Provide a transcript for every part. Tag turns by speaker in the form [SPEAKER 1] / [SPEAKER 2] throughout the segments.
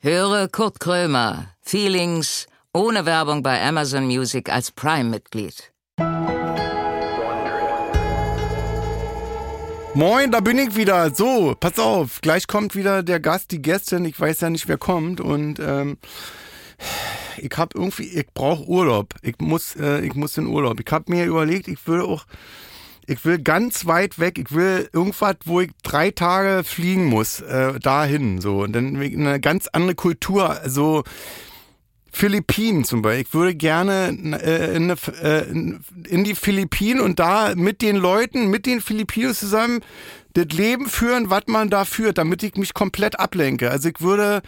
[SPEAKER 1] Höre Kurt Krömer, Feelings, ohne Werbung bei Amazon Music als Prime-Mitglied.
[SPEAKER 2] Moin, da bin ich wieder. So, pass auf, gleich kommt wieder der Gast, die Gästin. Ich weiß ja nicht, wer kommt. Und ähm, ich habe irgendwie, ich brauche Urlaub. Ich muss, äh, ich muss in Urlaub. Ich habe mir überlegt, ich will auch, ich will ganz weit weg. Ich will irgendwas, wo ich drei Tage fliegen muss, äh, dahin. So und dann eine ganz andere Kultur. also, So Philippinen zum Beispiel. Ich würde gerne äh, in, eine, äh, in die Philippinen und da mit den Leuten, mit den Filipinos zusammen das Leben führen, was man da führt, damit ich mich komplett ablenke. Also ich würde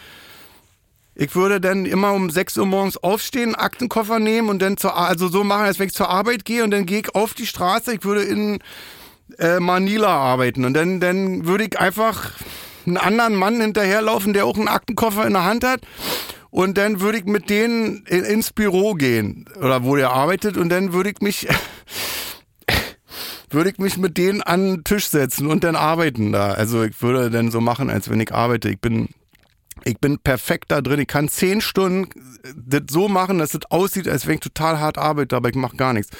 [SPEAKER 2] ich würde dann immer um 6 Uhr morgens aufstehen, Aktenkoffer nehmen und dann zur, Ar- also so machen, als wenn ich zur Arbeit gehe und dann gehe ich auf die Straße. Ich würde in äh, Manila arbeiten und dann, dann würde ich einfach einen anderen Mann hinterherlaufen, der auch einen Aktenkoffer in der Hand hat. Und dann würde ich mit denen in, ins Büro gehen oder wo der arbeitet und dann würde ich mich würde ich mich mit denen an den Tisch setzen und dann arbeiten da. Also ich würde dann so machen, als wenn ich arbeite. Ich bin ich bin perfekt da drin. Ich kann zehn Stunden äh, das so machen, dass es aussieht, als wenn ich total hart arbeite, aber ich mache gar nichts.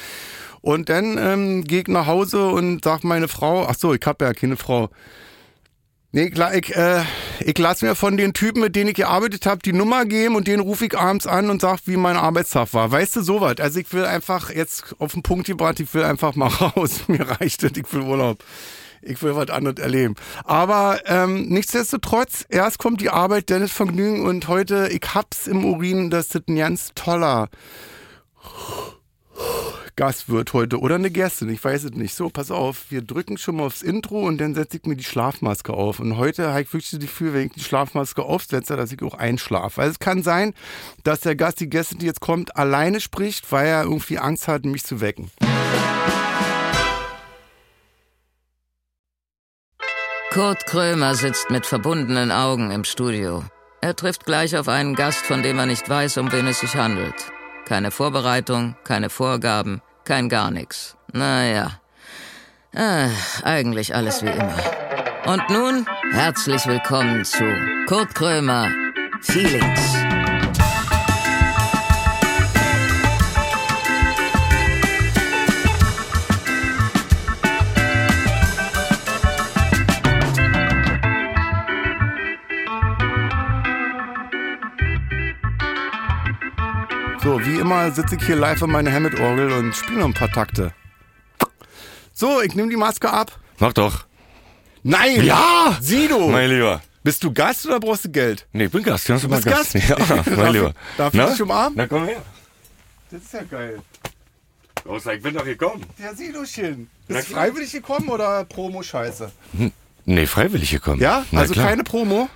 [SPEAKER 2] Und dann ähm, gehe ich nach Hause und sag meine Frau, ach so, ich habe ja keine Frau. Nee, ich, la- ich, äh, ich lasse mir von den Typen, mit denen ich gearbeitet habe, die Nummer geben und den rufe ich abends an und sag, wie mein Arbeitstag war. Weißt du, sowas. Also ich will einfach jetzt auf den Punkt gebracht, ich will einfach mal raus. Mir reicht das, ich will Urlaub. Ich will was anderes erleben. Aber ähm, nichtsdestotrotz, erst kommt die Arbeit, dann das Vergnügen und heute, ich hab's im Urin, dass das ein ganz toller Gast wird heute oder eine Gästin, ich weiß es nicht. So, pass auf, wir drücken schon mal aufs Intro und dann setze ich mir die Schlafmaske auf. Und heute habe ich wirklich das Gefühl, wenn ich die Schlafmaske aufsetze, dass ich auch einschlafe. Weil es kann sein, dass der Gast, die Gästin, die jetzt kommt, alleine spricht, weil er irgendwie Angst hat, mich zu wecken.
[SPEAKER 1] Kurt Krömer sitzt mit verbundenen Augen im Studio. Er trifft gleich auf einen Gast, von dem er nicht weiß, um wen es sich handelt. Keine Vorbereitung, keine Vorgaben, kein gar nichts. Naja, äh, eigentlich alles wie immer. Und nun herzlich willkommen zu Kurt Krömer, Feelings.
[SPEAKER 2] So, wie immer sitze ich hier live an meiner Hammett-Orgel und spiele noch ein paar Takte. So, ich nehme die Maske ab.
[SPEAKER 3] Mach doch,
[SPEAKER 2] Nein!
[SPEAKER 3] Ja!
[SPEAKER 2] Sido!
[SPEAKER 3] mein Lieber.
[SPEAKER 2] Bist du Gast oder brauchst du Geld?
[SPEAKER 3] Oh. Nee, ich bin Gast. Kannst du mal
[SPEAKER 2] bist Gast?
[SPEAKER 3] Ja,
[SPEAKER 2] Darf-
[SPEAKER 3] mein Lieber.
[SPEAKER 2] darf ich dich umarmen?
[SPEAKER 3] Na, komm her.
[SPEAKER 2] Das ist ja geil.
[SPEAKER 3] Außer ich bin doch gekommen.
[SPEAKER 2] Der Sidochen.
[SPEAKER 3] Na
[SPEAKER 2] Bist du
[SPEAKER 3] klar.
[SPEAKER 2] freiwillig gekommen oder Promo-Scheiße?
[SPEAKER 3] Nee, freiwillig gekommen.
[SPEAKER 2] Ja?
[SPEAKER 3] Na,
[SPEAKER 2] also
[SPEAKER 3] klar.
[SPEAKER 2] keine Promo?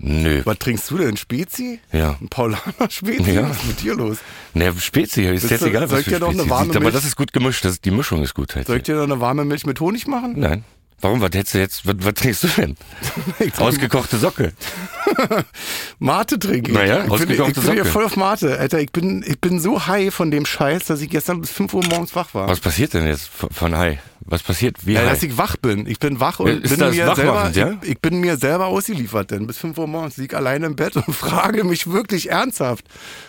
[SPEAKER 3] Nö.
[SPEAKER 2] Was trinkst du denn? Spezi?
[SPEAKER 3] Ja.
[SPEAKER 2] Ein Paulaner Spezi?
[SPEAKER 3] Ja.
[SPEAKER 2] Was ist mit dir los?
[SPEAKER 3] Nee, Spezi. Ist
[SPEAKER 2] Bist
[SPEAKER 3] jetzt
[SPEAKER 2] du-
[SPEAKER 3] egal,
[SPEAKER 2] soll
[SPEAKER 3] was
[SPEAKER 2] ich
[SPEAKER 3] für
[SPEAKER 2] dir noch eine
[SPEAKER 3] Spezi
[SPEAKER 2] warme
[SPEAKER 3] ist. Aber
[SPEAKER 2] Milch-
[SPEAKER 3] das ist gut gemischt. Das, die Mischung ist gut halt.
[SPEAKER 2] Soll ich dir noch eine warme Milch mit Honig machen?
[SPEAKER 3] Nein. Warum? Was hättest du jetzt? Was, was trinkst du denn?
[SPEAKER 2] Ich trinke
[SPEAKER 3] Ausgekochte Socke.
[SPEAKER 2] Mate trinke ich. ich
[SPEAKER 3] Naja,
[SPEAKER 2] bin, ich
[SPEAKER 3] ausgekochte
[SPEAKER 2] bin hier
[SPEAKER 3] Socke.
[SPEAKER 2] voll auf Mate. Alter, ich bin, ich bin so high von dem Scheiß, dass ich gestern bis 5 Uhr morgens wach war.
[SPEAKER 3] Was passiert denn jetzt von- von Hai? Was passiert? Wie
[SPEAKER 2] Ja,
[SPEAKER 3] Hai?
[SPEAKER 2] dass ich wach bin. Ich bin wach und
[SPEAKER 3] Äh, Ist
[SPEAKER 2] bin,
[SPEAKER 3] das
[SPEAKER 2] mir selber,
[SPEAKER 3] wachmachend, ja?
[SPEAKER 2] ich, ich bin mir selber ausgeliefert, denn bis 5 Uhr morgens lieg alleine im Bett und frage mich wirklich ernsthaft,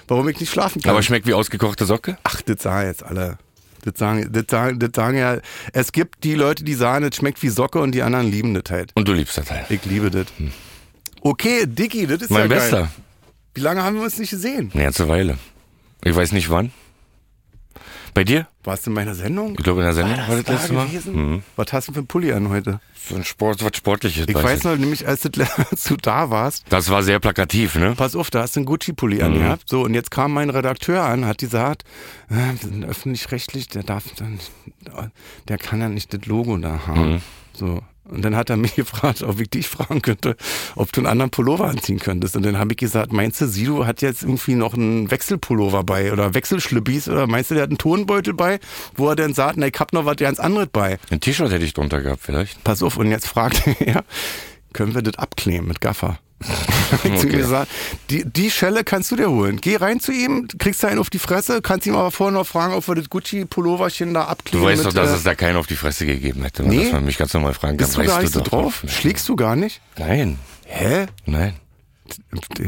[SPEAKER 2] warum ich nicht schlafen kann.
[SPEAKER 3] Aber schmeckt wie ausgekochte Socke?
[SPEAKER 2] Ach, das sagen jetzt alle. Das sagen, das, sagen, das sagen ja, es gibt die Leute, die sagen, es schmeckt wie Socke und die anderen lieben das halt.
[SPEAKER 3] Und du liebst das halt.
[SPEAKER 2] Ich liebe das. Okay, Dicky, das ist
[SPEAKER 3] Mein
[SPEAKER 2] ja
[SPEAKER 3] Bester.
[SPEAKER 2] Geil. Wie lange haben wir uns nicht gesehen?
[SPEAKER 3] Eine ganze Weile. Ich weiß nicht wann. Bei dir?
[SPEAKER 2] Warst du in meiner Sendung?
[SPEAKER 3] Ich glaube in der Sendung war das,
[SPEAKER 2] da
[SPEAKER 3] letzte Mal. Mhm.
[SPEAKER 2] gewesen? Was hast du für einen Pulli an heute?
[SPEAKER 3] So ein Sport, was Sportliches.
[SPEAKER 2] Ich weiß noch, nämlich als du als du da warst,
[SPEAKER 3] Das war sehr plakativ, ne?
[SPEAKER 2] pass auf, da hast du einen Gucci-Pulli angehabt. So, und jetzt kam mein Redakteur an, hat gesagt, äh, wir sind öffentlich-rechtlich, der darf dann, der kann ja nicht das Logo da haben. So. Und dann hat er mich gefragt, ob ich dich fragen könnte, ob du einen anderen Pullover anziehen könntest. Und dann habe ich gesagt, meinst du, Sido hat jetzt irgendwie noch einen Wechselpullover bei oder Wechselschlippis oder meinst du, der hat einen Tonbeutel bei, wo er dann sagt, na, ich hab noch was ganz anderes bei.
[SPEAKER 3] Ein T-Shirt hätte ich drunter gehabt, vielleicht.
[SPEAKER 2] pass auf, und jetzt fragte er, können wir das abkleben mit Gaffer? Hab ich zu ihm
[SPEAKER 3] Okay.
[SPEAKER 2] gesagt, die, die Schelle kannst du dir holen. Geh rein zu ihm, kriegst da einen auf die Fresse, kannst ihm aber vorher noch fragen, ob wir das Gucci-Pulloverchen da
[SPEAKER 3] Du
[SPEAKER 2] abkleben.
[SPEAKER 3] weißt
[SPEAKER 2] mit,
[SPEAKER 3] doch, dass
[SPEAKER 2] äh,
[SPEAKER 3] es da keinen auf die Fresse gegeben hätte.
[SPEAKER 2] Nee.
[SPEAKER 3] Dass man mich ganz normal fragen kann.
[SPEAKER 2] Bist du
[SPEAKER 3] weißt
[SPEAKER 2] gar nicht so
[SPEAKER 3] doch.
[SPEAKER 2] drauf? Schlägst du gar nicht?
[SPEAKER 3] Nein,
[SPEAKER 2] Hä?
[SPEAKER 3] nein.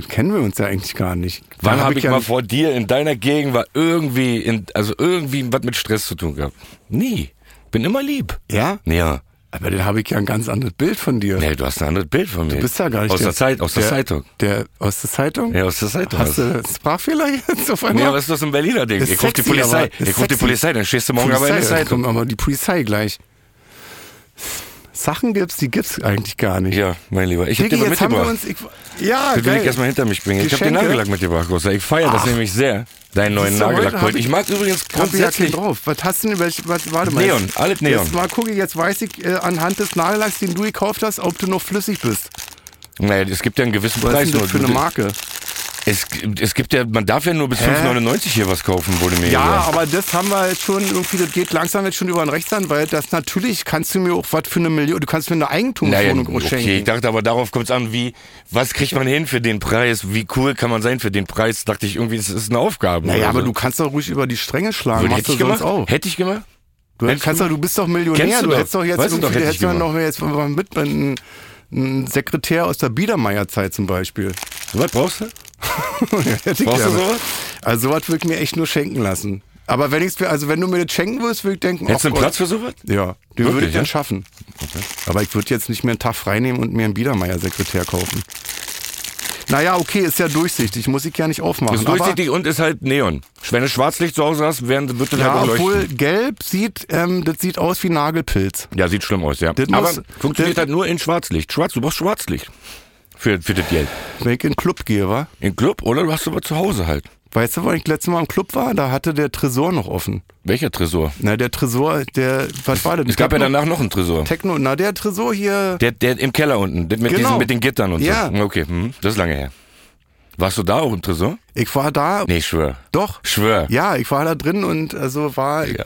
[SPEAKER 2] kennen wir uns ja eigentlich gar nicht.
[SPEAKER 3] Wann
[SPEAKER 2] Da
[SPEAKER 3] habe ich,
[SPEAKER 2] ja
[SPEAKER 3] mal
[SPEAKER 2] nicht-
[SPEAKER 3] vor dir in deiner Gegend war irgendwie, in, also irgendwie was mit Stress zu tun gehabt? Nie. Bin immer lieb.
[SPEAKER 2] Ja?
[SPEAKER 3] Ja.
[SPEAKER 2] Aber dann habe ich ja ein ganz anderes Bild von dir.
[SPEAKER 3] Nee, du hast ein anderes Bild von mir.
[SPEAKER 2] Du bist ja gar nicht
[SPEAKER 3] Aus der, Zeit, aus der, Zeitung.
[SPEAKER 2] Der, aus der Zeitung?
[SPEAKER 3] Ja, aus der Zeitung.
[SPEAKER 2] Hast du einen Sprachfehler jetzt auf einmal?
[SPEAKER 3] Ja, was ist das ein Berliner Ding?
[SPEAKER 2] Ist
[SPEAKER 3] Ich ruf die
[SPEAKER 2] sexy,
[SPEAKER 3] Polizei.
[SPEAKER 2] aber- ist
[SPEAKER 3] Ich ruf die
[SPEAKER 2] sexy.
[SPEAKER 3] Polizei, dann stehst du morgen aber in der
[SPEAKER 2] Polizei, also da
[SPEAKER 3] Zeitung.
[SPEAKER 2] kommt aber die Polizei gleich. Sachen gibt's, die gibt's eigentlich gar nicht.
[SPEAKER 3] Ja, mein Lieber. Ich hab
[SPEAKER 2] Digi,
[SPEAKER 3] dir was
[SPEAKER 2] jetzt haben wir uns.
[SPEAKER 3] mitgebracht.
[SPEAKER 2] Ich, ja,
[SPEAKER 3] Das will ich
[SPEAKER 2] Ah, geil.
[SPEAKER 3] erstmal hinter mich bringen. Ich habe den
[SPEAKER 2] Geschenke?
[SPEAKER 3] Nagellack mitgebracht, Großer. Ich feiere das nämlich sehr. Deinen neuen
[SPEAKER 2] Siehst du, heute
[SPEAKER 3] Nagellack
[SPEAKER 2] hab
[SPEAKER 3] heute.
[SPEAKER 2] ich-
[SPEAKER 3] Ich mag übrigens
[SPEAKER 2] Kommt jetzt hier
[SPEAKER 3] grundsätzlich.
[SPEAKER 2] drauf. Was hast du denn? welch- Was, warte mal.
[SPEAKER 3] Neon,
[SPEAKER 2] Jetzt-
[SPEAKER 3] alles Neon.
[SPEAKER 2] Jetzt mal gucke, jetzt weiß ich äh, anhand des Nagellacks, den du gekauft hast, ob du noch flüssig bist.
[SPEAKER 3] Naja, es gibt ja einen gewissen
[SPEAKER 2] Was
[SPEAKER 3] Preis.
[SPEAKER 2] ist denn das für
[SPEAKER 3] nur.
[SPEAKER 2] eine Marke?
[SPEAKER 3] Es, es gibt ja, man darf ja nur bis
[SPEAKER 2] Hä?
[SPEAKER 3] 5,99 hier was kaufen, wurde mir
[SPEAKER 2] Ja,
[SPEAKER 3] gesagt.
[SPEAKER 2] aber das haben wir jetzt schon irgendwie, das geht langsam jetzt schon über den Rechtsanwalt, dass natürlich kannst du mir auch was für eine Million, du kannst mir eine
[SPEAKER 3] Naja,
[SPEAKER 2] Eigentumswohnung auch
[SPEAKER 3] okay, ich
[SPEAKER 2] schenken.
[SPEAKER 3] dachte aber darauf kommt es an, wie, was kriegt man hin für den Preis, wie cool kann man sein für den Preis, dachte ich irgendwie, das ist eine Aufgabe.
[SPEAKER 2] Naja,
[SPEAKER 3] oder
[SPEAKER 2] aber
[SPEAKER 3] so.
[SPEAKER 2] du kannst doch ruhig über die Stränge schlagen,
[SPEAKER 3] Würde,
[SPEAKER 2] machst
[SPEAKER 3] hätte
[SPEAKER 2] du
[SPEAKER 3] ich
[SPEAKER 2] sonst
[SPEAKER 3] gemacht?
[SPEAKER 2] auch.
[SPEAKER 3] Hätte ich gemacht?
[SPEAKER 2] Du,
[SPEAKER 3] Hättest
[SPEAKER 2] kannst doch, du bist doch Millionär,
[SPEAKER 3] Kennst du
[SPEAKER 2] du,
[SPEAKER 3] doch.
[SPEAKER 2] hättest doch jetzt
[SPEAKER 3] Weißt du
[SPEAKER 2] irgendwie,
[SPEAKER 3] doch, hätte
[SPEAKER 2] du
[SPEAKER 3] ich
[SPEAKER 2] hättest doch
[SPEAKER 3] gemacht.
[SPEAKER 2] noch jetzt mal mit, einen, einen Sekretär aus der Biedermeierzeit zum Beispiel.
[SPEAKER 3] Was brauchst du?
[SPEAKER 2] Hätte ich
[SPEAKER 3] Brauchst du
[SPEAKER 2] gerne.
[SPEAKER 3] sowas?
[SPEAKER 2] Also sowas würde ich mir echt nur schenken lassen. Aber wenn ich's mir, also wenn du mir das schenken würdest, würde ich denken,
[SPEAKER 3] Hättest du
[SPEAKER 2] ach
[SPEAKER 3] einen
[SPEAKER 2] Gott.
[SPEAKER 3] Platz für sowas?
[SPEAKER 2] Ja, den würde
[SPEAKER 3] Wirklich,
[SPEAKER 2] ich dann
[SPEAKER 3] ja?
[SPEAKER 2] schaffen. Aber ich würde jetzt nicht mehr einen Tag freinehmen und mir einen Biedermeier-Sekretär kaufen. Naja, okay, ist ja durchsichtig, muss ich ja nicht aufmachen.
[SPEAKER 3] Ist durchsichtig und ist halt Neon. Wenn du Schwarzlicht zu Hause hast, werden, wird das
[SPEAKER 2] Aber, ja,
[SPEAKER 3] halt auch
[SPEAKER 2] obwohl
[SPEAKER 3] leuchten.
[SPEAKER 2] gelb sieht, ähm, das sieht aus wie Nagelpilz.
[SPEAKER 3] Ja, sieht schlimm aus, ja.
[SPEAKER 2] Das
[SPEAKER 3] Aber
[SPEAKER 2] muss-
[SPEAKER 3] funktioniert
[SPEAKER 2] das-
[SPEAKER 3] halt nur in Schwarzlicht. Schwarz, du brauchst Schwarzlicht. Für, für das Geld.
[SPEAKER 2] Wenn ich in den Club gehe, wa?
[SPEAKER 3] Im Club oder du hast aber zu Hause halt.
[SPEAKER 2] Weißt du, wann ich letztes Mal im Club war? Da hatte der Tresor noch offen.
[SPEAKER 3] Welcher Tresor?
[SPEAKER 2] Na, der Tresor, der, was war denn?
[SPEAKER 3] Es gab ja
[SPEAKER 2] Techno-
[SPEAKER 3] danach noch einen Tresor.
[SPEAKER 2] Techno, na, der Tresor hier.
[SPEAKER 3] Der, der im Keller unten, der mit,
[SPEAKER 2] Genau.
[SPEAKER 3] diesen, mit den Gittern und
[SPEAKER 2] Ja.
[SPEAKER 3] so. Okay, hm, das ist lange her. Warst du da auch im Tresor?
[SPEAKER 2] Ich war da,
[SPEAKER 3] Nee, ich schwör.
[SPEAKER 2] doch.
[SPEAKER 3] Schwör.
[SPEAKER 2] Ja, ich war da drin und also war,
[SPEAKER 3] Ja.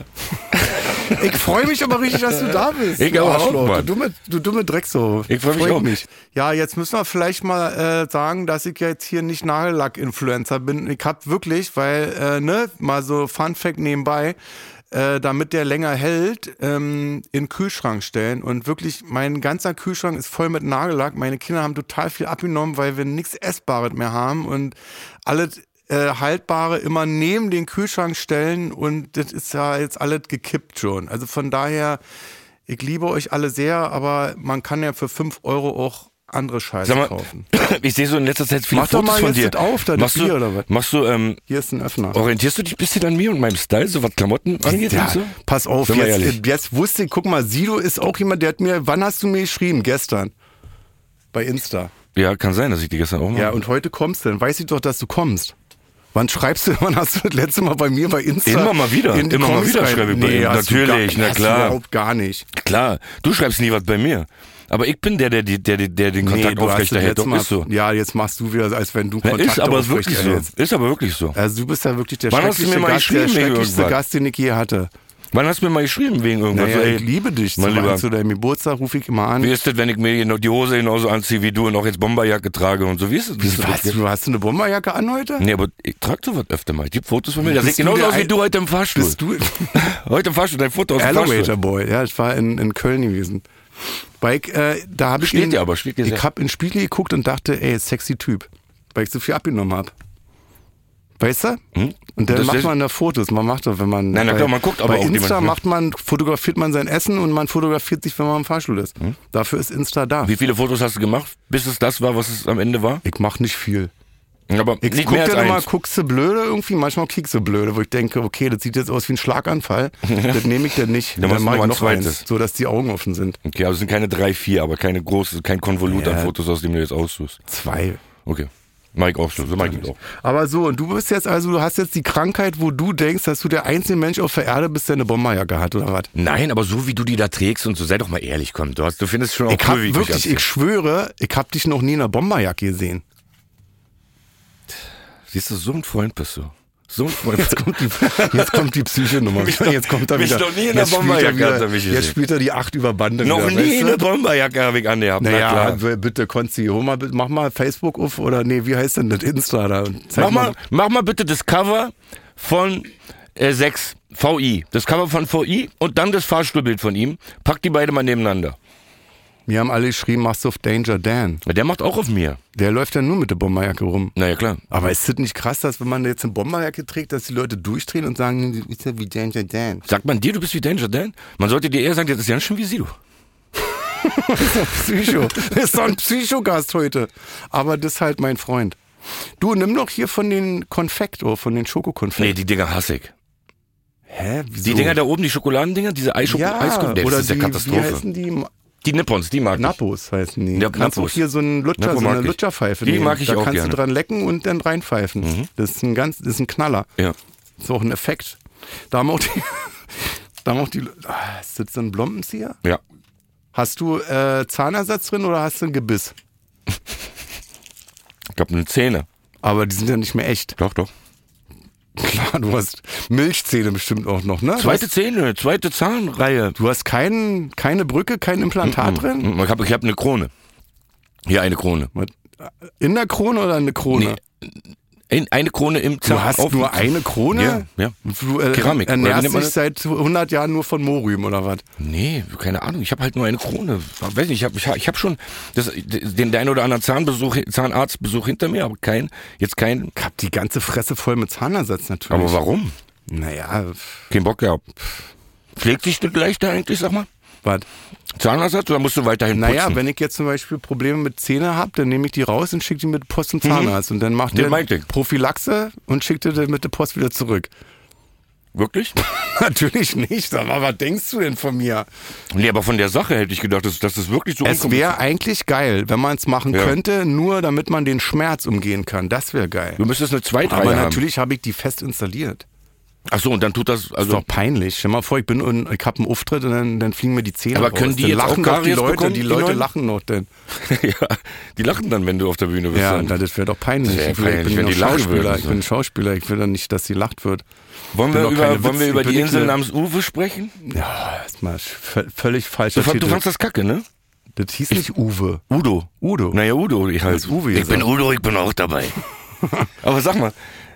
[SPEAKER 2] Ich freue mich aber richtig, dass du da bist.
[SPEAKER 3] Ich
[SPEAKER 2] du
[SPEAKER 3] auch,
[SPEAKER 2] Arschloch.
[SPEAKER 3] Mann.
[SPEAKER 2] Du dumme, du dumme Drecksau.
[SPEAKER 3] Ich freu mich auch.
[SPEAKER 2] Ja, jetzt müssen wir vielleicht mal äh, sagen, dass ich jetzt hier nicht Nagellack-Influencer bin. Ich hab wirklich, weil, äh, ne, mal so Fun-Fact nebenbei, äh, damit der länger hält, ähm, in den Kühlschrank stellen. Und wirklich, mein ganzer Kühlschrank ist voll mit Nagellack. Meine Kinder haben total viel abgenommen, weil wir nichts Essbares mehr haben und alles äh, Haltbare immer neben den Kühlschrank stellen und das ist ja jetzt alles gekippt schon. Also von daher, ich liebe euch alle sehr, aber man kann ja für 5 Euro auch andere Scheiße
[SPEAKER 3] Sag mal,
[SPEAKER 2] kaufen.
[SPEAKER 3] ich sehe so in letzter Zeit viele
[SPEAKER 2] Mach doch
[SPEAKER 3] Fotos
[SPEAKER 2] mal
[SPEAKER 3] von
[SPEAKER 2] jetzt
[SPEAKER 3] dir.
[SPEAKER 2] das auf, da, das
[SPEAKER 3] machst, du,
[SPEAKER 2] Bier oder was?
[SPEAKER 3] machst du, ähm,
[SPEAKER 2] Hier ist ein Öffner.
[SPEAKER 3] orientierst du dich ein bisschen an mir und meinem Style, so was Klamotten angeht
[SPEAKER 2] Ja,
[SPEAKER 3] und so?
[SPEAKER 2] pass auf,
[SPEAKER 3] Sind wir
[SPEAKER 2] jetzt,
[SPEAKER 3] ehrlich.
[SPEAKER 2] jetzt wusste ich, guck mal, Sido ist auch jemand, der hat mir, wann hast du mir geschrieben? Gestern. Bei Insta.
[SPEAKER 3] Ja, kann sein, dass ich die gestern auch mal.
[SPEAKER 2] Ja, und heute kommst du, dann weiß ich doch, dass du kommst. Wann schreibst du, wann hast du das letzte Mal bei mir bei Insta?
[SPEAKER 3] Immer mal wieder,
[SPEAKER 2] in die
[SPEAKER 3] immer mal
[SPEAKER 2] Kommis
[SPEAKER 3] wieder
[SPEAKER 2] rein?
[SPEAKER 3] schreibe ich bei ihm.
[SPEAKER 2] hast du
[SPEAKER 3] Natürlich,
[SPEAKER 2] gar,
[SPEAKER 3] na
[SPEAKER 2] hast
[SPEAKER 3] klar.
[SPEAKER 2] Du überhaupt gar nicht.
[SPEAKER 3] Klar, du schreibst nie was bei mir. Aber ich bin der, der, die- der, der, der den Kontakt
[SPEAKER 2] du hast das
[SPEAKER 3] aufrechterhält.
[SPEAKER 2] letzte
[SPEAKER 3] Doch,
[SPEAKER 2] Mal-
[SPEAKER 3] ist so.
[SPEAKER 2] Ja, jetzt machst du wieder, als wenn du
[SPEAKER 3] Ja,
[SPEAKER 2] Kontakt
[SPEAKER 3] ist aber wirklich so. Ist aber wirklich so.
[SPEAKER 2] Also du bist ja wirklich der
[SPEAKER 3] Wann hast du
[SPEAKER 2] schrecklichste,
[SPEAKER 3] mir mal
[SPEAKER 2] Gast, der
[SPEAKER 3] geschrieben, wegen
[SPEAKER 2] schrecklichste
[SPEAKER 3] irgendwas?
[SPEAKER 2] Gast, den ich je hatte. Also,
[SPEAKER 3] Wann hast du mir mal geschrieben wegen irgendwas?
[SPEAKER 2] Naja,
[SPEAKER 3] So, ey,
[SPEAKER 2] ich liebe dich.
[SPEAKER 3] mein
[SPEAKER 2] zu,
[SPEAKER 3] Lieber.
[SPEAKER 2] zu deinem Geburtstag rufe ich immer an.
[SPEAKER 3] Wie ist das, wenn ich mir genau- die Hose genauso anziehe wie du und auch jetzt Bomberjacke trage und so? Wie ist das? Wie ist
[SPEAKER 2] Was?
[SPEAKER 3] das?
[SPEAKER 2] Du hast du eine Bomberjacke an heute?
[SPEAKER 3] Nee, aber ich trage sowas öfter mal. Ich gibt Fotos von mir. Das sieht
[SPEAKER 2] Bist du
[SPEAKER 3] genauso
[SPEAKER 2] der
[SPEAKER 3] aus wie
[SPEAKER 2] Ein-
[SPEAKER 3] du heute im Fahrstuhl.
[SPEAKER 2] Bist du
[SPEAKER 3] Heute im Fahrstuhl, dein Foto aus dem
[SPEAKER 2] Elevator
[SPEAKER 3] Fahrstuhl.
[SPEAKER 2] Boy? Ja, ich war in, in Köln gewesen. Weil ich, äh, da habe ich
[SPEAKER 3] Steht
[SPEAKER 2] ihn,
[SPEAKER 3] dir aber, steht dir sehr.
[SPEAKER 2] Ich habe in den Spiegel geguckt und dachte, ey, sexy Typ, weil ich so viel abgenommen habe. Weißt du? Und dann
[SPEAKER 3] Hm? Das
[SPEAKER 2] macht
[SPEAKER 3] ist-
[SPEAKER 2] man da Fotos. Man macht doch, wenn man.
[SPEAKER 3] Nein, na
[SPEAKER 2] bei-
[SPEAKER 3] klar, man guckt aber
[SPEAKER 2] Bei
[SPEAKER 3] auch, wie man-
[SPEAKER 2] Insta macht man, fotografiert man sein Essen und man fotografiert sich, wenn man im Fahrstuhl ist. Dafür ist Insta da.
[SPEAKER 3] Hm? Wie viele Fotos hast du gemacht, bis es das war, was es am Ende war?
[SPEAKER 2] Ich mache nicht viel.
[SPEAKER 3] Aber
[SPEAKER 2] Ich
[SPEAKER 3] nicht
[SPEAKER 2] guck
[SPEAKER 3] mehr als
[SPEAKER 2] dann immer,
[SPEAKER 3] eins.
[SPEAKER 2] guckst du blöde irgendwie, manchmal kickst du blöde, wo ich denke, okay, das sieht jetzt aus wie ein Schlaganfall. das nehme ich dann nicht.
[SPEAKER 3] Dann machst du
[SPEAKER 2] mach
[SPEAKER 3] noch
[SPEAKER 2] ich
[SPEAKER 3] ein
[SPEAKER 2] noch
[SPEAKER 3] zweites.
[SPEAKER 2] eins, so dass die Augen offen sind.
[SPEAKER 3] Okay, also es sind keine drei, vier, aber keine große, kein Konvolut an
[SPEAKER 2] Ja.
[SPEAKER 3] Fotos, aus dem du jetzt aussuchst.
[SPEAKER 2] Zwei.
[SPEAKER 3] Okay. Mike auch so, so Mike ich auch.
[SPEAKER 2] Aber so, und du bist jetzt also, du hast jetzt die Krankheit, wo du denkst, dass du der einzige Mensch auf der Erde bist, der eine Bomberjacke hat, oder was?
[SPEAKER 3] Nein, aber so wie du die da trägst und so, sei doch mal ehrlich, komm. Du, hast, du findest schon auch
[SPEAKER 2] Ich hab
[SPEAKER 3] cool, wie ich mich
[SPEAKER 2] wirklich, ich
[SPEAKER 3] anziehe.
[SPEAKER 2] schwöre, ich hab dich noch nie in einer Bomberjacke gesehen.
[SPEAKER 3] Siehst du, so ein Freund bist du. So ein Freund bist
[SPEAKER 2] Jetzt kommt die, jetzt kommt die Psychonummer.
[SPEAKER 3] Mich noch-
[SPEAKER 2] Jetzt kommt er
[SPEAKER 3] mich
[SPEAKER 2] wieder.
[SPEAKER 3] noch nie in einer
[SPEAKER 2] jetzt spielt er
[SPEAKER 3] Bomberjacke
[SPEAKER 2] wieder-
[SPEAKER 3] hat er mich
[SPEAKER 2] Jetzt
[SPEAKER 3] gesehen.
[SPEAKER 2] spielt er die Acht über Bande.
[SPEAKER 3] Noch
[SPEAKER 2] wieder,
[SPEAKER 3] nie
[SPEAKER 2] weißt du?
[SPEAKER 3] eine Bomberjacke habe ich angehabt.
[SPEAKER 2] Naja,
[SPEAKER 3] Na klar.
[SPEAKER 2] w- bitte, Konsti, hol mal, mach mal Facebook auf oder nee, wie heißt denn das? Insta da. und zeig
[SPEAKER 3] Mach mal, mach mal bitte das Cover von äh, 6 VI. Das Cover von VI und dann das Fahrstuhlbild von ihm. Pack die beide mal nebeneinander.
[SPEAKER 2] Mir haben alle geschrieben, machst du auf Danger Dan.
[SPEAKER 3] Der macht auch auf mir.
[SPEAKER 2] Der läuft ja nur mit der Bomberjacke rum.
[SPEAKER 3] Naja, klar.
[SPEAKER 2] Aber ist das nicht krass, dass wenn man jetzt eine Bomberjacke trägt, dass die Leute durchdrehen und sagen, du bist ja wie Danger Dan.
[SPEAKER 3] Sagt man dir, du bist wie Danger Dan? Man sollte dir eher sagen, das ist ganz schön wie Sido.
[SPEAKER 2] Psycho. Das ist doch ein Psychogast heute. Aber das ist halt mein Freund. Du, nimm doch hier von den Konfekt, oder von den Schokokonfekt.
[SPEAKER 3] Nee, die Dinger hasse ich.
[SPEAKER 2] Hä? Wieso?
[SPEAKER 3] Die Dinger da oben, die Schokoladendinger, diese Eisschoko
[SPEAKER 2] ja,
[SPEAKER 3] Eiskonfekt,
[SPEAKER 2] oder
[SPEAKER 3] das ist
[SPEAKER 2] die,
[SPEAKER 3] ja
[SPEAKER 2] Wie
[SPEAKER 3] Katastrophe.
[SPEAKER 2] heißen die?
[SPEAKER 3] Die Nippons, die mag ich.
[SPEAKER 2] Nappos heißen die.
[SPEAKER 3] Ja,
[SPEAKER 2] Kannst
[SPEAKER 3] Nappos.
[SPEAKER 2] du hier so einen Lutscher,
[SPEAKER 3] Nappo
[SPEAKER 2] so eine
[SPEAKER 3] mag ich.
[SPEAKER 2] Lutscherpfeife
[SPEAKER 3] Die
[SPEAKER 2] nehmen.
[SPEAKER 3] mag ich
[SPEAKER 2] da
[SPEAKER 3] auch
[SPEAKER 2] kannst
[SPEAKER 3] gerne. Mhm.
[SPEAKER 2] du dran lecken und dann reinpfeifen. Das ist ein ganz, das ist ein Knaller.
[SPEAKER 3] Ja.
[SPEAKER 2] Ist auch ein Effekt. Da haben auch die, da haben auch die, ah, ist das so ein Blombenzieher?
[SPEAKER 3] Ja.
[SPEAKER 2] Hast du äh, Zahnersatz drin oder hast du ein Gebiss?
[SPEAKER 3] Ich hab eine Zähne.
[SPEAKER 2] Aber die sind ja nicht mehr echt.
[SPEAKER 3] Doch, doch.
[SPEAKER 2] Klar, du hast Milchzähne bestimmt auch noch, ne?
[SPEAKER 3] Zweite Zähne, zweite Zahnreihe. Hm,
[SPEAKER 2] Du hast kein, keine Brücke, kein Implantat
[SPEAKER 3] Mhm,
[SPEAKER 2] drin?
[SPEAKER 3] Ich hab, ich hab eine Krone. Hier eine Krone.
[SPEAKER 2] Was? In der Krone oder eine Krone?
[SPEAKER 3] Ein- Eine Krone im Zahn.
[SPEAKER 2] Du hast
[SPEAKER 3] auf-
[SPEAKER 2] nur eine Krone?
[SPEAKER 3] Ja, ja.
[SPEAKER 2] Du äh,
[SPEAKER 3] Keramik, oder wie
[SPEAKER 2] ernährst
[SPEAKER 3] nennt man
[SPEAKER 2] dich
[SPEAKER 3] das?
[SPEAKER 2] seit 100 Jahren nur von Morium oder was?
[SPEAKER 3] Nee, keine Ahnung. Ich habe halt nur eine Krone. Weiß nicht, ich habe ich hab, ich hab schon das, den einen oder anderen Zahnbesuch, Zahnarztbesuch hinter mir, aber kein, jetzt kein.
[SPEAKER 2] Ich hab die ganze Fresse voll mit Zahnersatz natürlich.
[SPEAKER 3] Aber warum?
[SPEAKER 2] Naja,
[SPEAKER 3] Kein Bock gehabt. Pflegt sich das leichter eigentlich, sag mal?
[SPEAKER 2] was?
[SPEAKER 3] Zahnersatz oder musst du weiterhin putzen?
[SPEAKER 2] Naja, wenn ich jetzt zum Beispiel Probleme mit Zähne habe, dann nehme ich die raus und schicke die mit Post zum Zahnarzt. Und dann macht
[SPEAKER 3] Ja,
[SPEAKER 2] der
[SPEAKER 3] meinte ich.
[SPEAKER 2] Prophylaxe und schickt dir die mit der Post wieder zurück.
[SPEAKER 3] Wirklich?
[SPEAKER 2] Natürlich nicht, aber was denkst du denn von mir?
[SPEAKER 3] nee, aber von der Sache hätte ich gedacht, dass, dass das wirklich so
[SPEAKER 2] Es
[SPEAKER 3] unkompliziert-
[SPEAKER 2] wäre eigentlich geil, wenn man es machen
[SPEAKER 3] Ja.
[SPEAKER 2] könnte, nur damit man den Schmerz umgehen kann. Das wäre geil.
[SPEAKER 3] Du müsstest eine Zweitreihe
[SPEAKER 2] Aber
[SPEAKER 3] haben.
[SPEAKER 2] natürlich habe ich die fest installiert.
[SPEAKER 3] Ach so, und dann tut das,
[SPEAKER 2] Ist
[SPEAKER 3] also.
[SPEAKER 2] doch peinlich. Stell mal vor, ich bin und ich habe einen Auftritt und dann, dann fliegen mir die Zähne
[SPEAKER 3] Aber
[SPEAKER 2] raus.
[SPEAKER 3] können die
[SPEAKER 2] dann
[SPEAKER 3] jetzt
[SPEAKER 2] lachen
[SPEAKER 3] auch
[SPEAKER 2] doch die
[SPEAKER 3] Karies
[SPEAKER 2] Leute,
[SPEAKER 3] bekommen,
[SPEAKER 2] die
[SPEAKER 3] die
[SPEAKER 2] Leute
[SPEAKER 3] neuen?
[SPEAKER 2] lachen noch denn.
[SPEAKER 3] ja, die lachen dann, wenn du auf der Bühne bist.
[SPEAKER 2] Ja,
[SPEAKER 3] Dann-
[SPEAKER 2] na, das wäre doch peinlich.
[SPEAKER 3] Das wär
[SPEAKER 2] ich, will, ich
[SPEAKER 3] peinlich,
[SPEAKER 2] bin
[SPEAKER 3] wenn
[SPEAKER 2] doch
[SPEAKER 3] die lachen
[SPEAKER 2] Schauspieler.
[SPEAKER 3] würden,
[SPEAKER 2] ich
[SPEAKER 3] so.
[SPEAKER 2] bin Schauspieler. Ich will doch nicht, dass sie lacht wird.
[SPEAKER 3] wollen
[SPEAKER 2] bin
[SPEAKER 3] wir
[SPEAKER 2] doch keine
[SPEAKER 3] über, wollen wir
[SPEAKER 2] Witz-
[SPEAKER 3] über
[SPEAKER 2] ich bin
[SPEAKER 3] die
[SPEAKER 2] nicht
[SPEAKER 3] Insel
[SPEAKER 2] eine-
[SPEAKER 3] namens Uwe sprechen?
[SPEAKER 2] Ja, ist mal sch- völlig
[SPEAKER 3] Du,
[SPEAKER 2] falscher
[SPEAKER 3] fand- du
[SPEAKER 2] Titel.
[SPEAKER 3] fandst das kacke, ne?
[SPEAKER 2] Das hieß nicht Uwe.
[SPEAKER 3] Udo.
[SPEAKER 2] Udo.
[SPEAKER 3] Naja, Udo, ich halt.
[SPEAKER 2] Hast Uwe
[SPEAKER 3] ich
[SPEAKER 2] gesagt.
[SPEAKER 3] bin Udo, ich bin auch dabei. Aber sag mal,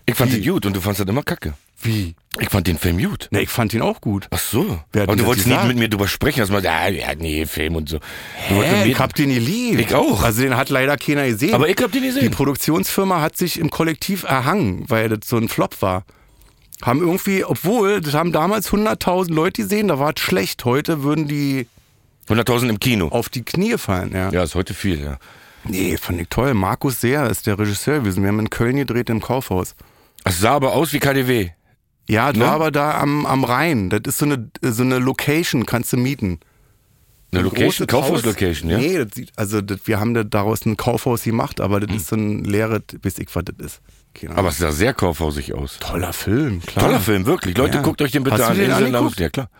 [SPEAKER 3] ich fand
[SPEAKER 2] Wie?
[SPEAKER 3] den gut und du fandst das immer kacke.
[SPEAKER 2] Wie?
[SPEAKER 3] Ich fand den Film gut.
[SPEAKER 2] Na, ich fand ihn auch gut.
[SPEAKER 3] Ach so.
[SPEAKER 2] Wer hat
[SPEAKER 3] Aber
[SPEAKER 2] denn
[SPEAKER 3] du
[SPEAKER 2] das
[SPEAKER 3] wolltest nie
[SPEAKER 2] gesagt?
[SPEAKER 3] mit mir drüber sprechen, dass man, ah, ja, nee, Film und so. Du wolltest mit
[SPEAKER 2] Hä?
[SPEAKER 3] mir-
[SPEAKER 2] Ich hab den geliebt.
[SPEAKER 3] Ich auch.
[SPEAKER 2] Ähm, Also den hat leider keiner gesehen.
[SPEAKER 3] aber ich hab den
[SPEAKER 2] Die
[SPEAKER 3] gesehen.
[SPEAKER 2] Produktionsfirma hat sich im Kollektiv erhangen, weil das so ein Flop war. Haben irgendwie, obwohl, das haben damals 100.000 Leute gesehen, da war es schlecht. Heute würden die
[SPEAKER 3] 100.000 im Kino.
[SPEAKER 2] auf die Knie fallen, ja.
[SPEAKER 3] Ja, ist heute viel, ja.
[SPEAKER 2] Nee, fand ich toll. Markus Seher ist der Regisseur gewesen. Wir haben in Köln gedreht im Kaufhaus.
[SPEAKER 3] Es sah aber aus wie KDW.
[SPEAKER 2] Ja, das
[SPEAKER 3] Ne?
[SPEAKER 2] war aber da am, am Rhein. Das ist so eine, so eine Location, kannst du mieten.
[SPEAKER 3] Eine
[SPEAKER 2] Ein großes
[SPEAKER 3] Location, Kaufhaus-Location, ja.
[SPEAKER 2] Nee, das sieht, also das, wir haben da daraus ein Kaufhaus gemacht, aber das ist so ein leeres, weiß ich, was das ist. Keine Ahnung.
[SPEAKER 3] Aber es sah sehr kaufhausig aus.
[SPEAKER 2] toller Film, klar.
[SPEAKER 3] Toller Film, wirklich. Leute,
[SPEAKER 2] Ja.
[SPEAKER 3] guckt euch den bitte
[SPEAKER 2] Hast du
[SPEAKER 3] an.
[SPEAKER 2] den
[SPEAKER 3] Insel
[SPEAKER 2] angeguckt?
[SPEAKER 3] namens- Ja, klar.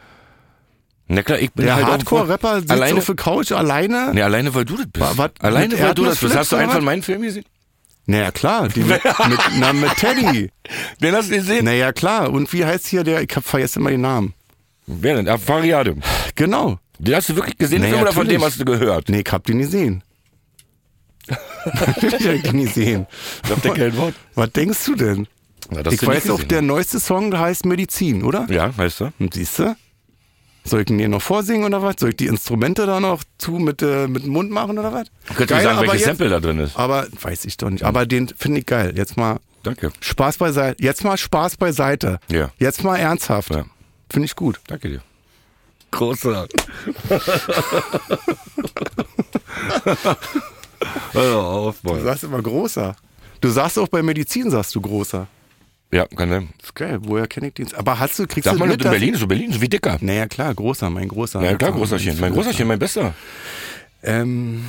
[SPEAKER 3] Na klar, ich bin
[SPEAKER 2] Der
[SPEAKER 3] halt auch-
[SPEAKER 2] Hardcore-Rapper sitzt
[SPEAKER 3] alleine
[SPEAKER 2] auf der Couch alleine.
[SPEAKER 3] Nee, alleine weil du das bist.
[SPEAKER 2] Wa- wat-
[SPEAKER 3] alleine
[SPEAKER 2] mit
[SPEAKER 3] weil du das bist.
[SPEAKER 2] Erdnussflips
[SPEAKER 3] Hast du
[SPEAKER 2] oder
[SPEAKER 3] einen
[SPEAKER 2] wat?
[SPEAKER 3] von meinen Filmen gesehen?
[SPEAKER 2] Naja, klar. Die mit, mit, na, mit Teddy.
[SPEAKER 3] Den hast du gesehen?
[SPEAKER 2] Naja, klar. Und wie heißt hier der? Ich hab vergessen mal den Namen.
[SPEAKER 3] Wer denn? Ah, Fariade.
[SPEAKER 2] Genau.
[SPEAKER 3] Den hast du wirklich gesehen
[SPEAKER 2] Nee,
[SPEAKER 3] Film, oder von
[SPEAKER 2] natürlich.
[SPEAKER 3] dem hast du gehört?
[SPEAKER 2] Nee, ich hab den gesehen. Natürlich hab ich den gesehen.
[SPEAKER 3] Sagt der kein Wort.
[SPEAKER 2] Was denkst du denn?
[SPEAKER 3] Na, das
[SPEAKER 2] ich
[SPEAKER 3] hast du nicht
[SPEAKER 2] weiß auch,
[SPEAKER 3] gesehen.
[SPEAKER 2] der neueste Song heißt Medizin, oder?
[SPEAKER 3] Ja, weißt du?
[SPEAKER 2] Und siehst du? Soll ich ihn dir noch vorsingen oder was? Soll ich die Instrumente da noch zu mit, äh, mit dem Mund machen oder was?
[SPEAKER 3] Könntest du
[SPEAKER 2] Geil,
[SPEAKER 3] sagen,
[SPEAKER 2] aber
[SPEAKER 3] welches
[SPEAKER 2] jetzt-
[SPEAKER 3] Sample da drin ist?
[SPEAKER 2] Aber weiß ich doch nicht. Aber den finde ich geil. Jetzt mal
[SPEAKER 3] Danke.
[SPEAKER 2] Spaß beiseite. Jetzt mal Spaß beiseite.
[SPEAKER 3] Ja.
[SPEAKER 2] Jetzt mal ernsthaft.
[SPEAKER 3] Ja.
[SPEAKER 2] Finde ich gut.
[SPEAKER 3] Danke dir. Großer. Hör auf,
[SPEAKER 2] Du
[SPEAKER 3] Mann.
[SPEAKER 2] sagst immer großer. Du sagst auch bei Medizin, sagst du großer.
[SPEAKER 3] Ja, kann sein.
[SPEAKER 2] ist geil. Woher kenne ich den? Aber hast du, kriegst
[SPEAKER 3] Sag
[SPEAKER 2] du
[SPEAKER 3] mal,
[SPEAKER 2] mit,
[SPEAKER 3] in
[SPEAKER 2] dass-
[SPEAKER 3] Berlin, so Berlin, so wie Dicker.
[SPEAKER 2] Naja, klar, großer, mein großer.
[SPEAKER 3] Ja, klar, Großerchen. Mein Großerchen, mein Bester.
[SPEAKER 2] Ähm,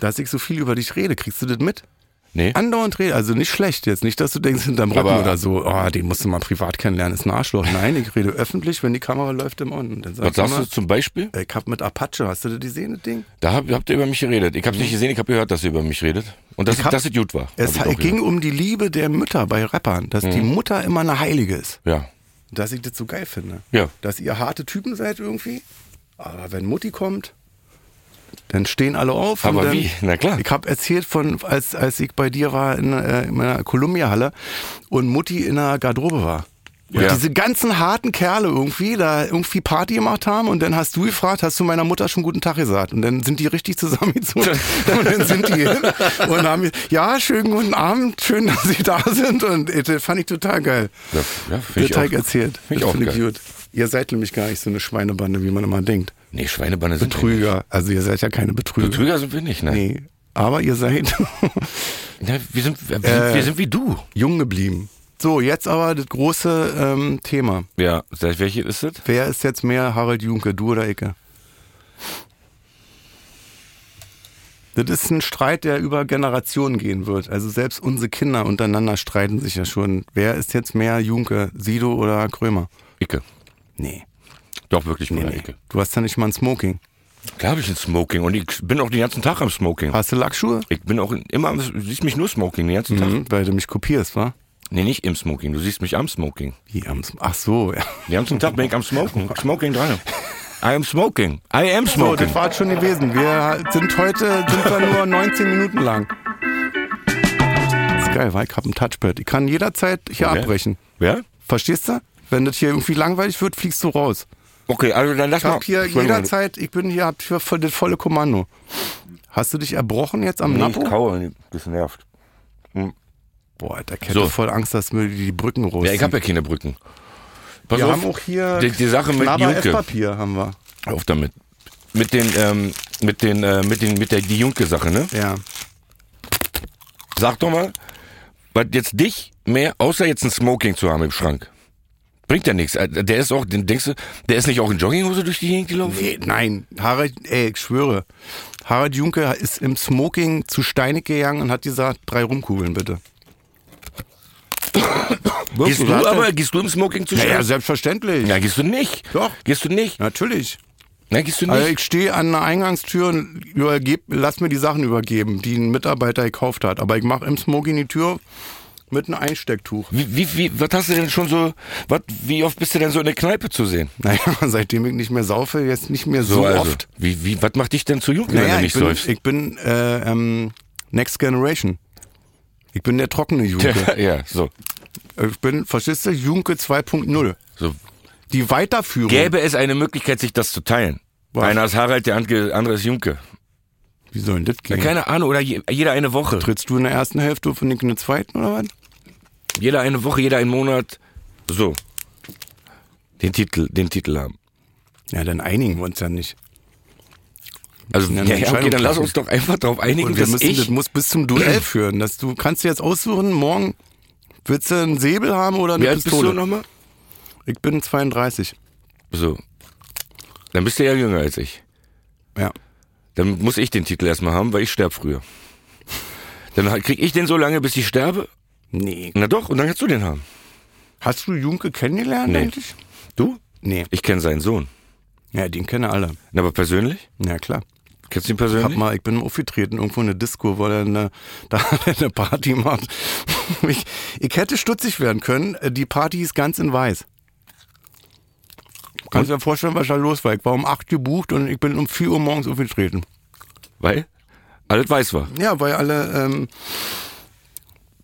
[SPEAKER 2] dass ich so viel über dich rede, kriegst du das mit?
[SPEAKER 3] Nee.
[SPEAKER 2] Andauernd rede, also nicht schlecht jetzt. Nicht, dass du denkst, hinterm Rücken
[SPEAKER 3] Aber-
[SPEAKER 2] oder so, oh, den musst du mal privat kennenlernen, ist ein Arschloch. Nein, ich rede öffentlich, wenn die Kamera läuft im On. Und Dann
[SPEAKER 3] Was
[SPEAKER 2] sagst
[SPEAKER 3] sagst
[SPEAKER 2] immer,
[SPEAKER 3] du zum Beispiel?
[SPEAKER 2] Ich hab mit Apache, hast du das gesehen, das Ding?
[SPEAKER 3] Da hab, habt ihr über mich geredet. Ich hab's nicht gesehen, ich hab gehört, dass ihr über mich redet. Und
[SPEAKER 2] Mhm.
[SPEAKER 3] dass
[SPEAKER 2] Ich
[SPEAKER 3] ich
[SPEAKER 2] hab-
[SPEAKER 3] dass es gut war.
[SPEAKER 2] Es
[SPEAKER 3] Hab ich auch Mhm.
[SPEAKER 2] ging um die Liebe der Mütter bei Rappern, dass die Mutter immer eine Heilige ist.
[SPEAKER 3] gehört.
[SPEAKER 2] Dass ich das so geil finde.
[SPEAKER 3] Ja.
[SPEAKER 2] Dass ihr harte Typen seid irgendwie, aber wenn Mutti kommt, dann stehen alle auf. und
[SPEAKER 3] Aber
[SPEAKER 2] dann,
[SPEAKER 3] wie? Na klar.
[SPEAKER 2] Ich habe erzählt von, als, als ich bei dir war in, äh, in meiner Columbia-Halle und Mutti in der Garderobe war. Und
[SPEAKER 3] Ja.
[SPEAKER 2] diese ganzen harten Kerle irgendwie, da irgendwie Party gemacht haben und dann hast du gefragt, hast du meiner Mutter schon guten Tag gesagt? Und dann sind die richtig zusammengezogen und dann sind die hin und haben, ge- ja, schönen guten Abend, schön, dass Sie da sind und äh, das fand ich total geil.
[SPEAKER 3] Ja, ja, find ich
[SPEAKER 2] Detail
[SPEAKER 3] auch.
[SPEAKER 2] erzählt.
[SPEAKER 3] Find ich
[SPEAKER 2] Das
[SPEAKER 3] auch
[SPEAKER 2] find
[SPEAKER 3] geil.
[SPEAKER 2] gut. Ihr seid nämlich gar nicht so eine Schweinebande, wie man immer denkt.
[SPEAKER 3] Nee, Schweinebanne sind wir nicht.
[SPEAKER 2] Betrüger, also ihr seid ja keine Betrüger.
[SPEAKER 3] Betrüger sind wir nicht, ne?
[SPEAKER 2] Nee, aber ihr seid
[SPEAKER 3] Ja, wir, sind, wir,
[SPEAKER 2] Äh.
[SPEAKER 3] wir sind wie du.
[SPEAKER 2] jung geblieben. So, jetzt aber das große ähm, Thema.
[SPEAKER 3] Ja, seit welches ist das?
[SPEAKER 2] Wer ist jetzt mehr Harald Junke, du oder Icke? Das ist ein Streit, der über Generationen gehen wird. Also selbst unsere Kinder untereinander streiten sich ja schon. Wer ist jetzt mehr Junke, Sido oder Krömer?
[SPEAKER 3] Icke.
[SPEAKER 2] Nee,
[SPEAKER 3] Doch, wirklich
[SPEAKER 2] nee,
[SPEAKER 3] nur
[SPEAKER 2] nee.
[SPEAKER 3] Icke.
[SPEAKER 2] Du hast ja nicht mal ein Smoking.
[SPEAKER 3] Klar habe ich ein Smoking und ich bin auch den ganzen Tag am Smoking.
[SPEAKER 2] Hast du Lackschuhe?
[SPEAKER 3] Ich bin auch in- immer, am- du siehst mich nur Smoking den ganzen Tag.
[SPEAKER 2] Mhm, weil du mich kopierst, wa?
[SPEAKER 3] Nee, nicht im Smoking, du siehst mich am Smoking.
[SPEAKER 2] Wie am Sm- Ach so, ja.
[SPEAKER 3] Den ganzen Tag bin ich am Smoking. Smoking dran. I am smoking. I am
[SPEAKER 2] So,
[SPEAKER 3] smoking.
[SPEAKER 2] das war schon gewesen. Wir sind heute, sind wir nur 19 Minuten lang. ist geil, weil ich hab ein Touchpad. Ich kann jederzeit hier
[SPEAKER 3] Okay.
[SPEAKER 2] abbrechen.
[SPEAKER 3] Ja?
[SPEAKER 2] Verstehst du? Wenn das hier irgendwie langweilig wird, fliegst du raus.
[SPEAKER 3] Okay, also dann
[SPEAKER 2] Ich
[SPEAKER 3] lass
[SPEAKER 2] hab
[SPEAKER 3] mal.
[SPEAKER 2] hier
[SPEAKER 3] Entschuldigung.
[SPEAKER 2] jederzeit, ich bin hier, hab hier voll, das volle Kommando. Hast du dich erbrochen jetzt am
[SPEAKER 3] Nee, ich
[SPEAKER 2] Napo?
[SPEAKER 3] kaue, nicht. das nervt.
[SPEAKER 2] Boah, Alter, ich hätte
[SPEAKER 3] So.
[SPEAKER 2] voll Angst, dass mir die Brücken raus.
[SPEAKER 3] Ja, ich habe ja keine Brücken. Pass
[SPEAKER 2] wir
[SPEAKER 3] auf,
[SPEAKER 2] haben auch hier
[SPEAKER 3] die, die Sache mit
[SPEAKER 2] knabber
[SPEAKER 3] Junke.
[SPEAKER 2] Esspapier haben wir.
[SPEAKER 3] Auf damit. Mit den, ähm, mit den, äh, mit den, mit der die Junke-Sache, ne?
[SPEAKER 2] Ja.
[SPEAKER 3] Sag doch mal, was jetzt dich mehr, außer jetzt ein Smoking zu haben im Schrank. Bringt ja nichts. Äh, Der ist auch, den denkst du, der ist nicht auch in Jogginghose durch die Gegend gelaufen?
[SPEAKER 2] Nee, nein, Harald, ey, ich schwöre. Harald Junke ist im Smoking zu Steinig gegangen und hat gesagt, drei Rumkugeln bitte.
[SPEAKER 3] Gehst du
[SPEAKER 2] Hat er-
[SPEAKER 3] aber, gehst du im Smoking zu
[SPEAKER 2] Naja,
[SPEAKER 3] Schrank?
[SPEAKER 2] selbstverständlich.
[SPEAKER 3] Ja, gehst du nicht.
[SPEAKER 2] Doch.
[SPEAKER 3] Gehst du nicht.
[SPEAKER 2] Natürlich.
[SPEAKER 3] Nein, gehst du nicht.
[SPEAKER 2] Also ich stehe an einer Eingangstür und übergeb, lass mir die Sachen übergeben, die ein Mitarbeiter gekauft hat. Aber ich mache im Smoking die Tür mit einem Einstecktuch.
[SPEAKER 3] Wie, wie, wie, was hast du denn schon so, was, wie oft bist du denn so in der Kneipe zu sehen?
[SPEAKER 2] Naja, seitdem ich nicht mehr saufe, jetzt nicht mehr so, oft.
[SPEAKER 3] Wie, wie, was macht dich denn zu Jugend, also. wenn
[SPEAKER 2] Naja,
[SPEAKER 3] du
[SPEAKER 2] ich
[SPEAKER 3] nicht
[SPEAKER 2] bin,
[SPEAKER 3] säufst?
[SPEAKER 2] ich bin äh, ähm, Next Generation. Ich bin der trockene Junke.
[SPEAKER 3] ja, so.
[SPEAKER 2] ich bin, verstehst du, Junke 2.0.
[SPEAKER 3] so.
[SPEAKER 2] Die Weiterführung.
[SPEAKER 3] Gäbe es eine Möglichkeit, sich das zu teilen?
[SPEAKER 2] Was?
[SPEAKER 3] Einer ist Harald, der andere andere ist Junke.
[SPEAKER 2] Wie soll denn das
[SPEAKER 3] Ja,
[SPEAKER 2] gehen?
[SPEAKER 3] keine Ahnung, oder je, jeder eine Woche.
[SPEAKER 2] Trittst du in der ersten Hälfte und ich in der zweiten oder was?
[SPEAKER 3] Jeder eine Woche, jeder einen Monat. So. Den Titel, den Titel haben.
[SPEAKER 2] Ja, dann einigen wir uns ja nicht.
[SPEAKER 3] Also,
[SPEAKER 2] Ja,
[SPEAKER 3] ja,
[SPEAKER 2] eine
[SPEAKER 3] ja, okay,
[SPEAKER 2] Entscheidung
[SPEAKER 3] dann lass
[SPEAKER 2] treffen.
[SPEAKER 3] uns doch einfach darauf einigen,
[SPEAKER 2] Und wir
[SPEAKER 3] dass
[SPEAKER 2] müssen, das
[SPEAKER 3] ich.
[SPEAKER 2] muss bis zum Duell führen. Dass du kannst dir jetzt aussuchen, morgen willst du einen Säbel haben oder eine
[SPEAKER 3] Wie alt bist
[SPEAKER 2] Pistole?
[SPEAKER 3] du nochmal?
[SPEAKER 2] Ich bin 32.
[SPEAKER 3] So. Dann bist du ja jünger als ich.
[SPEAKER 2] Ja.
[SPEAKER 3] Dann muss ich den Titel erstmal haben, weil ich sterbe früher. Dann halt- krieg ich den so lange, bis ich sterbe.
[SPEAKER 2] Nee.
[SPEAKER 3] Na doch, und dann kannst du den haben.
[SPEAKER 2] Hast du Junke kennengelernt
[SPEAKER 3] Nee.
[SPEAKER 2] eigentlich?
[SPEAKER 3] Du?
[SPEAKER 2] Nee.
[SPEAKER 3] Ich kenne seinen Sohn.
[SPEAKER 2] Ja, den kennen alle.
[SPEAKER 3] Na, aber persönlich?
[SPEAKER 2] Ja, klar.
[SPEAKER 3] Kennst du ihn
[SPEAKER 2] Ich, hab
[SPEAKER 3] persönlich?
[SPEAKER 2] mal, ich bin aufgetreten, irgendwo in der Disco, weil er eine, da hat er eine Party macht. Ich, ich hätte stutzig werden können. äh, Die Party ist ganz in weiß. Kannst du dir vorstellen, was da los war? Ich war um 8 gebucht und ich bin um 4 Uhr morgens aufgetreten.
[SPEAKER 3] Weil? Alles weiß war.
[SPEAKER 2] Ja, weil alle ähm,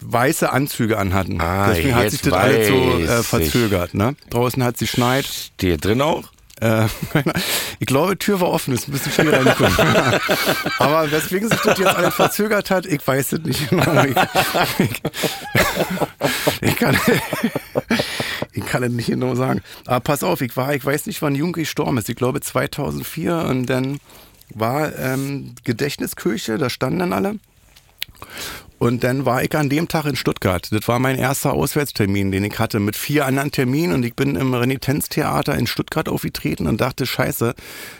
[SPEAKER 2] weiße Anzüge anhatten.
[SPEAKER 3] Ah,
[SPEAKER 2] Deswegen hat
[SPEAKER 3] jetzt
[SPEAKER 2] sich das alles so
[SPEAKER 3] weiß
[SPEAKER 2] äh,
[SPEAKER 3] ich.
[SPEAKER 2] verzögert. Ne? Draußen hat sie schneit.
[SPEAKER 3] Steht drin auch?
[SPEAKER 2] Äh, ich glaube, Tür war offen, ist ein bisschen schwer reingekommen. Aber weswegen sich das jetzt alles verzögert hat, ich weiß es nicht. genau. Ich, ich, ich, kann, ich kann es nicht genau sagen. Aber pass auf, ich war, ich weiß nicht, wann Junke gestorben ist. Ich glaube 2004 und dann war ähm, Gedächtniskirche, da standen dann alle. Und dann war ich an dem Tag in Stuttgart. Das war mein erster Auswärtstermin, den ich hatte, mit vier anderen Terminen. Und ich bin im Renitenztheater in Stuttgart aufgetreten und dachte, scheiße,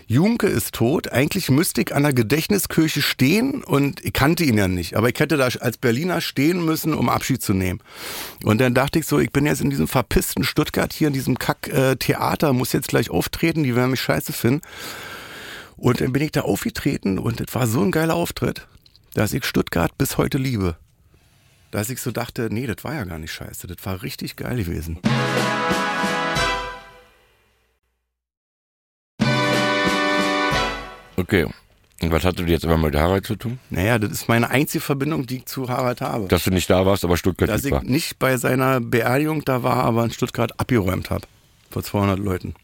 [SPEAKER 2] Junke ist tot. Eigentlich müsste ich an der Gedächtniskirche stehen und ich kannte ihn ja nicht. Aber ich hätte da als Berliner stehen müssen, um Abschied zu nehmen. Und dann dachte ich so, ich bin jetzt in diesem verpissten Stuttgart hier, in diesem Kack-Theater, muss jetzt gleich auftreten, die werden mich scheiße finden. Und dann bin ich da aufgetreten und es war so ein geiler Auftritt, dass ich Stuttgart bis heute liebe. Dass ich so dachte, nee, das war ja gar nicht scheiße, das war richtig geil gewesen.
[SPEAKER 3] Okay. Und was hatte die jetzt aber mit Harald zu tun?
[SPEAKER 2] Naja, das ist meine einzige Verbindung, die ich zu Harald habe.
[SPEAKER 3] Dass du nicht da warst, aber Stuttgart
[SPEAKER 2] Dass
[SPEAKER 3] lieb
[SPEAKER 2] ich
[SPEAKER 3] war.
[SPEAKER 2] nicht bei seiner Beerdigung da war, aber in Stuttgart abgeräumt habe. Vor 200 Leuten.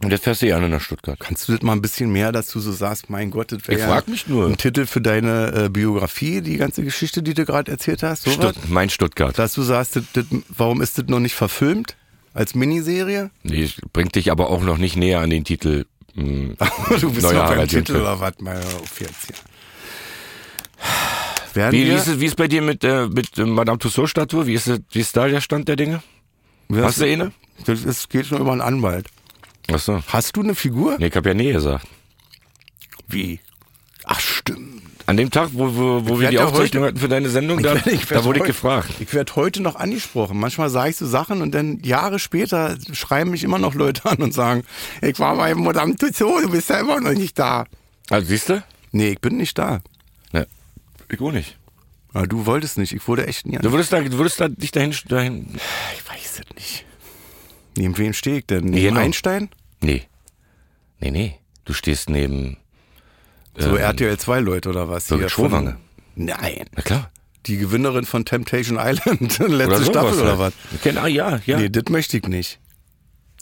[SPEAKER 3] Und jetzt fährst du gerne nach Stuttgart.
[SPEAKER 2] Kannst du das mal ein bisschen mehr dazu so sagst, mein Gott, das wäre
[SPEAKER 3] Ich frag mich nur.
[SPEAKER 2] ein Titel für deine äh, Biografie, die ganze Geschichte, die du gerade erzählt hast, so was?
[SPEAKER 3] Stutt mein Stuttgart.
[SPEAKER 2] Dass du sagst, das, das, warum ist das noch nicht verfilmt? Als Miniserie?
[SPEAKER 3] Nee, es bringt dich aber auch noch nicht näher an den Titel. Hm. mh,
[SPEAKER 2] du bist
[SPEAKER 3] Neuer
[SPEAKER 2] noch beim
[SPEAKER 3] Harald
[SPEAKER 2] Titel
[SPEAKER 3] Junke.
[SPEAKER 2] oder was? Mal auf jetzt hier. Werden
[SPEAKER 3] Wie, wie,
[SPEAKER 2] wir,
[SPEAKER 3] ist es, wie ist bei dir mit, äh, mit äh, Madame Tussauds-Statue? Wie ist, es- wie ist da der Stand der Dinge?
[SPEAKER 2] das,
[SPEAKER 3] Hast du eine?
[SPEAKER 2] das ist, geht nur über einen Anwalt.
[SPEAKER 3] Achso.
[SPEAKER 2] Hast du eine Figur?
[SPEAKER 3] Nee, ich hab ja nee gesagt.
[SPEAKER 2] Wie? Ach, stimmt.
[SPEAKER 3] An dem Tag, wo, wo, wo wir
[SPEAKER 2] werd
[SPEAKER 3] die
[SPEAKER 2] ja
[SPEAKER 3] Aufzeichnung hatten für deine Sendung, da, da
[SPEAKER 2] werd
[SPEAKER 3] wurde ich
[SPEAKER 2] heute-
[SPEAKER 3] gefragt.
[SPEAKER 2] Ich werde heute noch angesprochen. Manchmal sage ich so Sachen und dann Jahre später schreiben mich immer noch Leute an und sagen, ich war bei Madame Tussauds, oh, du bist ja immer noch nicht da.
[SPEAKER 3] Also siehst du?
[SPEAKER 2] Nee, ich bin nicht da.
[SPEAKER 3] Ne. Ich auch nicht.
[SPEAKER 2] Aber du wolltest nicht, ich wurde echt nie
[SPEAKER 3] Du würdest, da, du würdest da dich dahin, dahin.
[SPEAKER 2] Ich weiß es nicht. Neben wem stehe ich denn? Neben
[SPEAKER 3] Genau.
[SPEAKER 2] Einstein?
[SPEAKER 3] Nee. Nee, nee. Du stehst neben.
[SPEAKER 2] So
[SPEAKER 3] ähm,
[SPEAKER 2] RTL 2 Leute oder was?
[SPEAKER 3] Birgit
[SPEAKER 2] von-
[SPEAKER 3] Schrowange.
[SPEAKER 2] Nein.
[SPEAKER 3] Na klar.
[SPEAKER 2] Die Gewinnerin von Temptation Island, letzte Staffel
[SPEAKER 3] sowas
[SPEAKER 2] oder was?
[SPEAKER 3] halt. Genau, ja, ja.
[SPEAKER 2] Nee, das möchte ich nicht.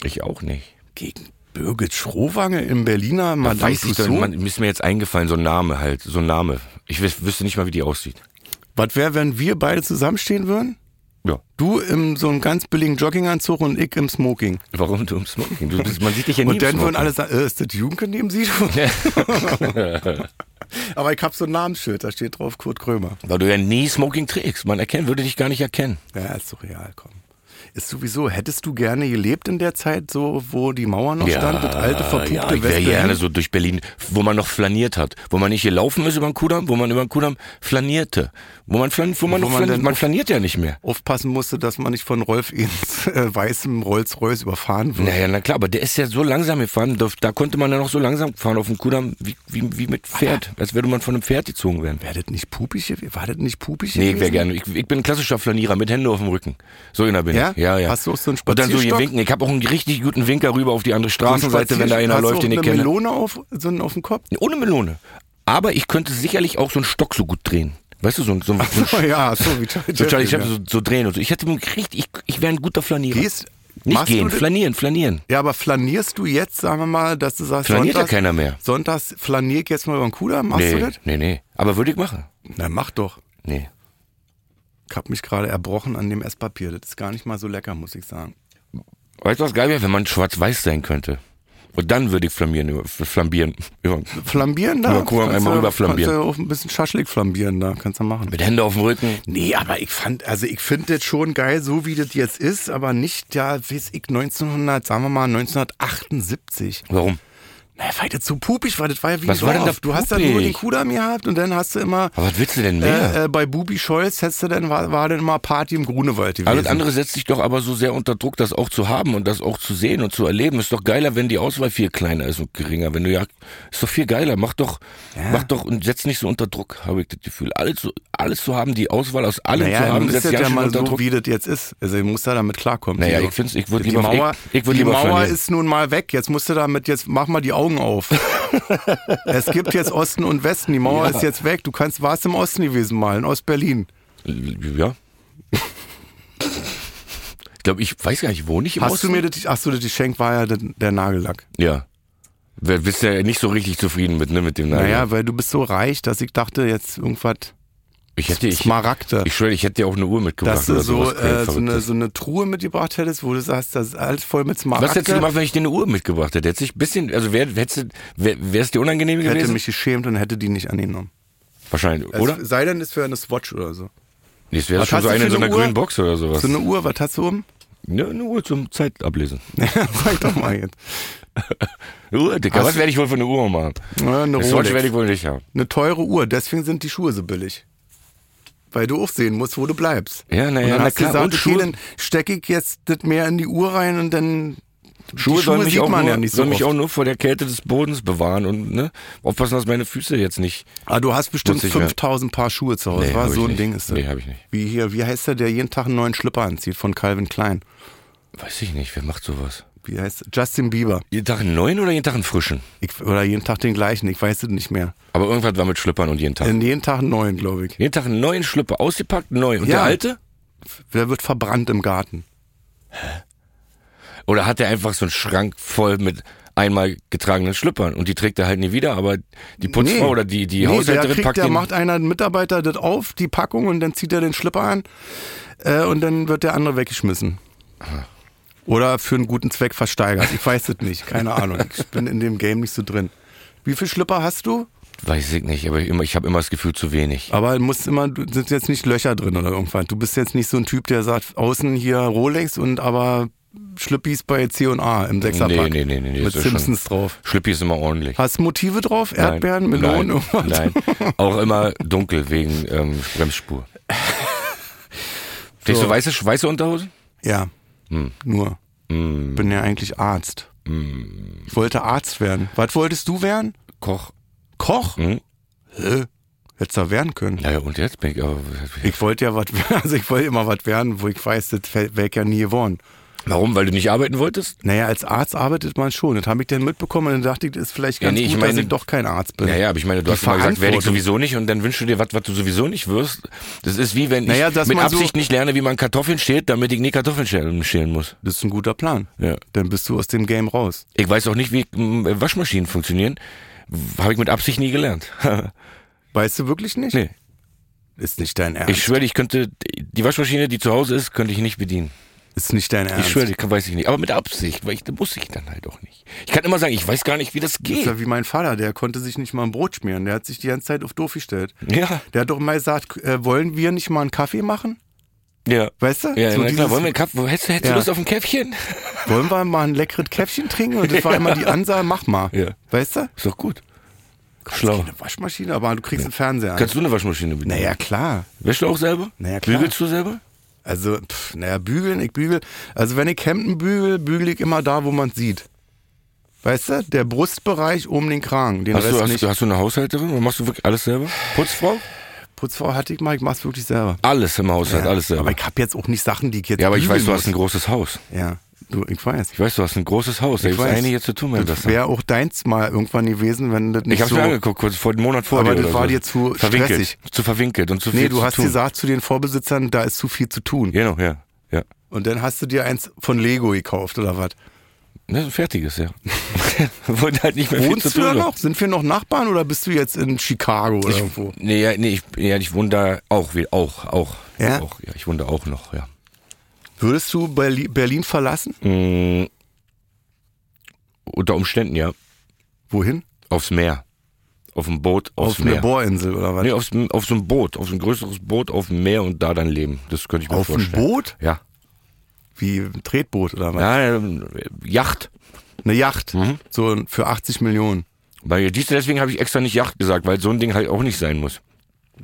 [SPEAKER 3] Ich auch nicht.
[SPEAKER 2] Gegen Birgit Schrowange im Berliner Madame
[SPEAKER 3] Weiß ich doch,
[SPEAKER 2] Tussauds?
[SPEAKER 3] man, ist mir jetzt eingefallen, so ein Name halt, so ein Name. Ich wüs wüsste nicht mal, wie die aussieht.
[SPEAKER 2] Was wäre, wenn wir beide zusammenstehen würden?
[SPEAKER 3] Ja.
[SPEAKER 2] Du im so einem ganz billigen Jogginganzug und ich im Smoking.
[SPEAKER 3] Warum du im Smoking? Du, bist- man sieht dich ja nie
[SPEAKER 2] Und
[SPEAKER 3] im
[SPEAKER 2] dann würden
[SPEAKER 3] Smoking.
[SPEAKER 2] alle sagen, äh, ist das Jugend in dem Sido? Aber ich hab so ein Namensschild, da steht drauf Kurt Krömer.
[SPEAKER 3] Weil du ja nie Smoking trägst. Man erkennt, würde dich gar nicht erkennen.
[SPEAKER 2] Ja, ist surreal, komm. Ist sowieso, hättest du gerne gelebt in der Zeit, so wo die Mauer noch stand, das alte verpuppte
[SPEAKER 3] ja, ich wäre
[SPEAKER 2] Westberlin?
[SPEAKER 3] gerne so durch Berlin, wo man noch flaniert hat, wo man nicht gelaufen ist über den Kudamm, wo man über den Kudamm flanierte, wo man flan, wo man,
[SPEAKER 2] Wo
[SPEAKER 3] noch
[SPEAKER 2] man
[SPEAKER 3] flaniert,
[SPEAKER 2] denn-
[SPEAKER 3] man flaniert ja nicht mehr.
[SPEAKER 2] Aufpassen musste, dass man nicht von Rolf ins äh, weißem Rolls-Royce überfahren wird.
[SPEAKER 3] Naja, na klar, aber der ist ja so langsam gefahren, da, da konnte man ja noch so langsam fahren auf dem Kudamm, wie, wie, wie mit Pferd, als würde man von einem Pferd gezogen werden.
[SPEAKER 2] Wäre das nicht pupig gewesen? War das nicht pupig
[SPEAKER 3] Nee, ich wäre
[SPEAKER 2] gewesen?
[SPEAKER 3] gerne. Ich, ich bin ein klassischer Flanierer mit Händen auf dem Rücken. So einer bin
[SPEAKER 2] Ja?
[SPEAKER 3] ich. Ja, ja.
[SPEAKER 2] Hast du auch so einen
[SPEAKER 3] Und dann so hier
[SPEAKER 2] Spazierstock?
[SPEAKER 3] winken. Ich habe auch einen richtig guten Winker rüber auf die andere Straßenseite, wenn da einer
[SPEAKER 2] Hast du
[SPEAKER 3] läuft,
[SPEAKER 2] auch
[SPEAKER 3] den ich
[SPEAKER 2] eine
[SPEAKER 3] kenne.
[SPEAKER 2] Melone auf, so einen auf dem Kopf?
[SPEAKER 3] Ohne Melone. Aber ich könnte sicherlich auch so einen Stock so gut drehen. Weißt du, so ein, so ein, so ein
[SPEAKER 2] Oh ja, so wie Charlie
[SPEAKER 3] so
[SPEAKER 2] Chaplin,
[SPEAKER 3] Charlie Chaplin
[SPEAKER 2] ja.
[SPEAKER 3] so, so drehen und so. Ich hätte einen richtig, ich, ich wäre ein guter Flanierer.
[SPEAKER 2] Gehst-
[SPEAKER 3] Nicht
[SPEAKER 2] machst du
[SPEAKER 3] gehen,
[SPEAKER 2] das-
[SPEAKER 3] flanieren, flanieren.
[SPEAKER 2] Ja, aber flanierst du jetzt, sagen wir mal, dass du sagst,
[SPEAKER 3] Flaniert ja
[SPEAKER 2] Sonntags,
[SPEAKER 3] keiner mehr.
[SPEAKER 2] Sonntags flanier ich jetzt mal über den Kudamm, machst du
[SPEAKER 3] Nee,
[SPEAKER 2] das?
[SPEAKER 3] nee, nee. Aber würde ich machen.
[SPEAKER 2] Na, mach doch.
[SPEAKER 3] Nee.
[SPEAKER 2] Ich hab mich gerade erbrochen an dem Esspapier. Das ist gar nicht mal so lecker, muss ich sagen.
[SPEAKER 3] Weißt du, was geil wäre, wenn man schwarz-weiß sein könnte? Und dann würde ich flambieren, über, flambieren. Über,
[SPEAKER 2] Flambieren da?
[SPEAKER 3] Über Kudamm
[SPEAKER 2] Kannst
[SPEAKER 3] einmal
[SPEAKER 2] du-
[SPEAKER 3] rüber flambieren.
[SPEAKER 2] Kannst du auch ein bisschen Schaschlik flambieren da, kannst du machen.
[SPEAKER 3] mit Händen auf dem Rücken.
[SPEAKER 2] Nee, aber ich fand, also ich finde das schon geil, so wie das jetzt ist, aber nicht, ja, weiß ich, 1900, sagen wir mal 1978.
[SPEAKER 3] Warum?
[SPEAKER 2] Naja, weil das so pupig war, das war ja wie
[SPEAKER 3] Was
[SPEAKER 2] so
[SPEAKER 3] war denn da
[SPEAKER 2] oft. Du hast dann nur
[SPEAKER 3] pupig?
[SPEAKER 2] den Kudamm gehabt und dann hast du immer
[SPEAKER 3] Aber was willst du denn mehr?
[SPEAKER 2] äh, äh, bei Bubi Scholz hättest du dann, war, war dann immer Party im Grunewald gewesen.
[SPEAKER 3] Alles andere setzt dich doch aber so sehr unter Druck, das auch zu haben und das auch zu sehen und zu erleben. Ist doch geiler, wenn die Auswahl viel kleiner ist und geringer. Wenn du ja, ist doch viel geiler. Mach doch, mach doch und setz nicht so unter Druck, habe ich das Gefühl. Alles, so- alles zu haben, die Auswahl aus allem
[SPEAKER 2] naja,
[SPEAKER 3] zu haben,
[SPEAKER 2] nun ist das
[SPEAKER 3] setzt dich
[SPEAKER 2] ja
[SPEAKER 3] ja schon
[SPEAKER 2] mal
[SPEAKER 3] unter
[SPEAKER 2] so,
[SPEAKER 3] Druck.
[SPEAKER 2] wie das jetzt ist. Also ich muss da damit klarkommen.
[SPEAKER 3] Naja,
[SPEAKER 2] Tilo.
[SPEAKER 3] ich find's- ich würd
[SPEAKER 2] die
[SPEAKER 3] lieber-
[SPEAKER 2] Mauer,
[SPEAKER 3] ich- ich würd
[SPEAKER 2] die
[SPEAKER 3] lieber
[SPEAKER 2] Mauer
[SPEAKER 3] flanieren.
[SPEAKER 2] ist nun mal weg. Jetzt musst du damit, jetzt mach mal die Augen auf. es gibt jetzt Osten und Westen. Die Mauer ist jetzt weg. Du kannst, warst im Osten gewesen mal, in Ostberlin.
[SPEAKER 3] Ja. ich glaube, ich weiß gar nicht, wo nicht im
[SPEAKER 2] Hast
[SPEAKER 3] Osten?
[SPEAKER 2] du mir das, ach so, das Geschenk war ja der, der Nagellack.
[SPEAKER 3] Ja. Wer- Bist ja nicht so richtig zufrieden mit, ne, mit dem Namen.
[SPEAKER 2] Naja, weil du bist so reich, dass ich dachte, jetzt irgendwas
[SPEAKER 3] ich hätte, ich,
[SPEAKER 2] Smaragde.
[SPEAKER 3] ich schwöre, ich hätte dir auch eine Uhr mitgebracht.
[SPEAKER 2] dass du
[SPEAKER 3] oder
[SPEAKER 2] so,
[SPEAKER 3] sowas. Kein
[SPEAKER 2] äh, so, eine,
[SPEAKER 3] Verrücktes.
[SPEAKER 2] so eine Truhe mitgebracht hättest, wo du sagst, das ist alles voll mit
[SPEAKER 3] Was hättest du
[SPEAKER 2] Smaragde.
[SPEAKER 3] gemacht, wenn ich dir eine Uhr mitgebracht hätte? Hättest du dich ein bisschen, also wär, hättest du, wär, wär's dir unangenehm
[SPEAKER 2] Ich hätte
[SPEAKER 3] gewesen?
[SPEAKER 2] mich geschämt und hätte die nicht angenommen.
[SPEAKER 3] Wahrscheinlich, oder?
[SPEAKER 2] Es Also sei denn, es wäre eine Swatch oder so.
[SPEAKER 3] Nee, es wäre
[SPEAKER 2] Was
[SPEAKER 3] schon
[SPEAKER 2] hast
[SPEAKER 3] so
[SPEAKER 2] du
[SPEAKER 3] eine
[SPEAKER 2] für
[SPEAKER 3] in so
[SPEAKER 2] eine
[SPEAKER 3] einer
[SPEAKER 2] Uhr?
[SPEAKER 3] grünen Box oder sowas.
[SPEAKER 2] So eine Uhr, was hast du um?
[SPEAKER 3] ja, eine Uhr zum Zeitablesen.
[SPEAKER 2] Sag doch mal jetzt.
[SPEAKER 3] Eine Uhr, Dicker,
[SPEAKER 2] Hast
[SPEAKER 3] was
[SPEAKER 2] du-
[SPEAKER 3] werde ich wohl für eine Uhr mal haben?
[SPEAKER 2] Ja, eine,
[SPEAKER 3] Eine Swatch
[SPEAKER 2] Rolex.
[SPEAKER 3] werde ich wohl nicht haben.
[SPEAKER 2] eine teure Uhr, deswegen sind die Schuhe so billig. Weil du aufsehen musst, wo du bleibst.
[SPEAKER 3] Ja, na ja,
[SPEAKER 2] und dann
[SPEAKER 3] na
[SPEAKER 2] hast du
[SPEAKER 3] klar,
[SPEAKER 2] gesagt,
[SPEAKER 3] und
[SPEAKER 2] okay,
[SPEAKER 3] Schuhe-
[SPEAKER 2] dann stecke ich jetzt das mehr in die Uhr rein und dann die Schuhe
[SPEAKER 3] sollen mich,
[SPEAKER 2] sieht
[SPEAKER 3] auch
[SPEAKER 2] man
[SPEAKER 3] nur,
[SPEAKER 2] ja nicht so
[SPEAKER 3] sollen mich
[SPEAKER 2] oft.
[SPEAKER 3] auch nur vor der Kälte des Bodens bewahren und ne, aufpassen, dass meine Füße jetzt nicht.
[SPEAKER 2] Ah, du hast bestimmt
[SPEAKER 3] Muss ich mir-
[SPEAKER 2] 5000 Paar Schuhe zu Hause,
[SPEAKER 3] Nee,
[SPEAKER 2] war
[SPEAKER 3] hab ich
[SPEAKER 2] so ein
[SPEAKER 3] nicht.
[SPEAKER 2] Ding ist das.
[SPEAKER 3] Nee, hab ich nicht.
[SPEAKER 2] Wie hier, wie heißt der, der jeden Tag einen neuen Schlipper anzieht von Calvin Klein?
[SPEAKER 3] Weiß ich nicht, wer macht sowas?
[SPEAKER 2] wie heißt es? Justin Bieber.
[SPEAKER 3] Jeden Tag einen neuen oder jeden Tag einen frischen?
[SPEAKER 2] Ich, oder jeden Tag den gleichen, ich weiß es nicht mehr.
[SPEAKER 3] Aber irgendwas war mit Schlüppern und jeden Tag.
[SPEAKER 2] In jeden Tag einen neuen, glaube ich.
[SPEAKER 3] jeden Tag einen neuen Schlüpper, ausgepackt, neu. Und
[SPEAKER 2] Ja.
[SPEAKER 3] der alte?
[SPEAKER 2] Der wird verbrannt im Garten.
[SPEAKER 3] Oder hat er einfach so einen Schrank voll mit einmal getragenen Schlüppern und die trägt er halt nie wieder, aber die Putzfrau
[SPEAKER 2] Nee.
[SPEAKER 3] oder die, die
[SPEAKER 2] Nee,
[SPEAKER 3] Haushälterin
[SPEAKER 2] der kriegt,
[SPEAKER 3] packt
[SPEAKER 2] der
[SPEAKER 3] den.
[SPEAKER 2] macht einer Mitarbeiter das auf, die Packung, und dann zieht er den Schlipper an äh, und dann wird der andere weggeschmissen.
[SPEAKER 3] Ah.
[SPEAKER 2] Oder für einen guten Zweck versteigert. Ich weiß es nicht, keine Ahnung. Ich bin in dem Game nicht so drin. Wie viel Schlipper hast du?
[SPEAKER 3] weiß ich nicht, aber ich, immer- ich habe immer das Gefühl zu wenig.
[SPEAKER 2] Aber du musst immer, du sind jetzt nicht Löcher drin oder irgendwas. Du bist jetzt nicht so ein Typ, der sagt, außen hier Rolex und aber Schlüppis bei C&A im Sechserpack.
[SPEAKER 3] Nee, nee, nee, nee, nee,
[SPEAKER 2] Mit
[SPEAKER 3] das ist schon-
[SPEAKER 2] Simpsons drauf.
[SPEAKER 3] Schlüppi ist immer ordentlich.
[SPEAKER 2] Hast du Motive drauf? Erdbeeren,
[SPEAKER 3] nein,
[SPEAKER 2] Melonen, irgendwas?
[SPEAKER 3] nein, nein. Auch immer dunkel wegen ähm, Bremsspur. Trägst
[SPEAKER 2] So.
[SPEAKER 3] du weiße, weiße Unterhosen?
[SPEAKER 2] Ja.
[SPEAKER 3] Hm.
[SPEAKER 2] Nur. Bin ja eigentlich Arzt.
[SPEAKER 3] Hm.
[SPEAKER 2] Ich wollte Arzt werden. Was wolltest du werden?
[SPEAKER 3] Koch.
[SPEAKER 2] Koch?
[SPEAKER 3] Hm?
[SPEAKER 2] Hä? Hättest du werden können.
[SPEAKER 3] Naja, und jetzt bin ich aber.
[SPEAKER 2] Ich wollte ja was werden, also ich wollte immer was werden, wo ich weiß, das wäre ich ja nie geworden.
[SPEAKER 3] Warum? Weil du nicht arbeiten wolltest?
[SPEAKER 2] Naja, als Arzt arbeitet man schon. Das habe ich dann mitbekommen und dann dachte ich, das ist vielleicht
[SPEAKER 3] Ja,
[SPEAKER 2] ganz
[SPEAKER 3] nee, ich
[SPEAKER 2] gut, dass
[SPEAKER 3] meine-
[SPEAKER 2] ich doch kein Arzt bin.
[SPEAKER 3] Naja, aber ich meine, du
[SPEAKER 2] Die
[SPEAKER 3] hast immer gesagt, werde ich
[SPEAKER 2] Verantwortung.
[SPEAKER 3] sowieso nicht und dann wünschst du dir was, was du sowieso nicht wirst. Das ist wie wenn ich
[SPEAKER 2] Naja, dass
[SPEAKER 3] mit
[SPEAKER 2] man so-
[SPEAKER 3] Absicht nicht lerne, wie man Kartoffeln schält, damit ich nie Kartoffeln schälen, schälen muss.
[SPEAKER 2] Das ist ein guter Plan.
[SPEAKER 3] Ja.
[SPEAKER 2] Dann bist du aus dem Game raus.
[SPEAKER 3] Ich weiß auch nicht, wie mm, Waschmaschinen funktionieren. Habe ich mit Absicht nie gelernt.
[SPEAKER 2] Weißt du wirklich nicht?
[SPEAKER 3] nee.
[SPEAKER 2] Ist nicht dein Ernst.
[SPEAKER 3] Ich schwöre, ich könnte die Waschmaschine, die zu Hause ist, könnte ich nicht bedienen.
[SPEAKER 2] ist nicht dein Ernst.
[SPEAKER 3] Ich schwöre, ich kann- weiß ich nicht. Aber mit Absicht, weil ich da muss ich dann halt auch nicht. Ich kann immer sagen, ich weiß gar nicht, wie das
[SPEAKER 2] Das ist
[SPEAKER 3] geht.
[SPEAKER 2] ja wie mein Vater, der konnte sich nicht mal ein Brot schmieren. Der hat sich die ganze Zeit auf doof gestellt.
[SPEAKER 3] Ja,
[SPEAKER 2] Der hat doch mal gesagt, äh, wollen wir nicht mal einen Kaffee machen?
[SPEAKER 3] ja.
[SPEAKER 2] Weißt du?
[SPEAKER 3] Ja,
[SPEAKER 2] So
[SPEAKER 3] na
[SPEAKER 2] dieses,
[SPEAKER 3] klar, wollen wir einen Kaffee? Hättest, du- hättest
[SPEAKER 2] Ja.
[SPEAKER 3] du Lust auf ein Käffchen?
[SPEAKER 2] wollen wir mal ein leckeres Käffchen trinken? Und das war immer die Ansage, mach mal.
[SPEAKER 3] Ja.
[SPEAKER 2] Weißt du?
[SPEAKER 3] Ist doch gut. Schlau.
[SPEAKER 2] Eine Waschmaschine, aber du kriegst einen Fernseher an.
[SPEAKER 3] Kannst du eine Waschmaschine bedienen?
[SPEAKER 2] Naja, klar.
[SPEAKER 3] Wäschst du auch selber?
[SPEAKER 2] Naja, klar.
[SPEAKER 3] Bügelst du selber?
[SPEAKER 2] Also, pff, naja, bügeln, ich bügel. Also, wenn ich Hemden bügel, bügel ich immer da, wo man sieht. Weißt du? Der Brustbereich um den Kragen. Den
[SPEAKER 3] Hast
[SPEAKER 2] Rest
[SPEAKER 3] du, hast,
[SPEAKER 2] nicht.
[SPEAKER 3] du- hast du eine Haushälterin oder machst du wirklich alles selber? Putzfrau?
[SPEAKER 2] Putzfrau hatte ich mal, ich mach's wirklich selber.
[SPEAKER 3] Alles im Haushalt,
[SPEAKER 2] Ja,
[SPEAKER 3] alles selber.
[SPEAKER 2] Aber ich habe jetzt auch nicht Sachen, die ich jetzt
[SPEAKER 3] ja, aber ich
[SPEAKER 2] bügeln
[SPEAKER 3] weiß, du hast
[SPEAKER 2] muss.
[SPEAKER 3] ein großes Haus.
[SPEAKER 2] Ja, du, ich weiß.
[SPEAKER 3] Ich weiß, du hast ein großes Haus. Da
[SPEAKER 2] Ich
[SPEAKER 3] gibt
[SPEAKER 2] weiß.
[SPEAKER 3] einige zu tun, wenn
[SPEAKER 2] Das
[SPEAKER 3] das
[SPEAKER 2] wäre auch deins mal irgendwann gewesen, wenn das nicht
[SPEAKER 3] Ich hab's
[SPEAKER 2] so...
[SPEAKER 3] mir angeguckt, kurz vor einem Monat vor
[SPEAKER 2] Aber
[SPEAKER 3] dir.
[SPEAKER 2] das
[SPEAKER 3] oder
[SPEAKER 2] war
[SPEAKER 3] so.
[SPEAKER 2] dir zu
[SPEAKER 3] verwinkelt,
[SPEAKER 2] stressig.
[SPEAKER 3] Zu verwinkelt und zu viel
[SPEAKER 2] Nee, du
[SPEAKER 3] zu
[SPEAKER 2] hast
[SPEAKER 3] tun.
[SPEAKER 2] gesagt zu den Vorbesitzern, da ist zu viel zu tun.
[SPEAKER 3] Genau, ja. ja.
[SPEAKER 2] Und dann hast du dir eins von Lego gekauft oder was?
[SPEAKER 3] Das ist ein fertiges, ja. Wurde halt nicht mehr viel zu
[SPEAKER 2] Wohnst du
[SPEAKER 3] tun.
[SPEAKER 2] da
[SPEAKER 3] haben.
[SPEAKER 2] noch? Sind wir noch Nachbarn oder bist du jetzt in Chicago oder irgendwo?
[SPEAKER 3] Nee, ja, nee, ich, ja, ich wohne da auch, wie- auch, auch.
[SPEAKER 2] Ja?
[SPEAKER 3] Auch, ja, ich wohne da auch noch, ja.
[SPEAKER 2] Würdest du Berlin, Berlin verlassen?
[SPEAKER 3] Mm, unter Umständen, ja.
[SPEAKER 2] Wohin?
[SPEAKER 3] Aufs Meer. Auf dem Boot, aufs
[SPEAKER 2] Auf
[SPEAKER 3] Meer.
[SPEAKER 2] eine Bohrinsel oder was?
[SPEAKER 3] Nee, aufs, auf so ein Boot, auf so ein größeres Boot auf dem Meer und da dann leben. Das könnte ich mir
[SPEAKER 2] Auf ein
[SPEAKER 3] vorstellen.
[SPEAKER 2] Boot?
[SPEAKER 3] Ja.
[SPEAKER 2] Wie ein Tretboot oder was?
[SPEAKER 3] ja. Mhm. ähm, Yacht.
[SPEAKER 2] Eine Yacht. So ein- für 80 Millionen.
[SPEAKER 3] Weil siehst du, deswegen habe ich extra nicht Yacht gesagt, weil so ein Ding halt auch nicht sein muss.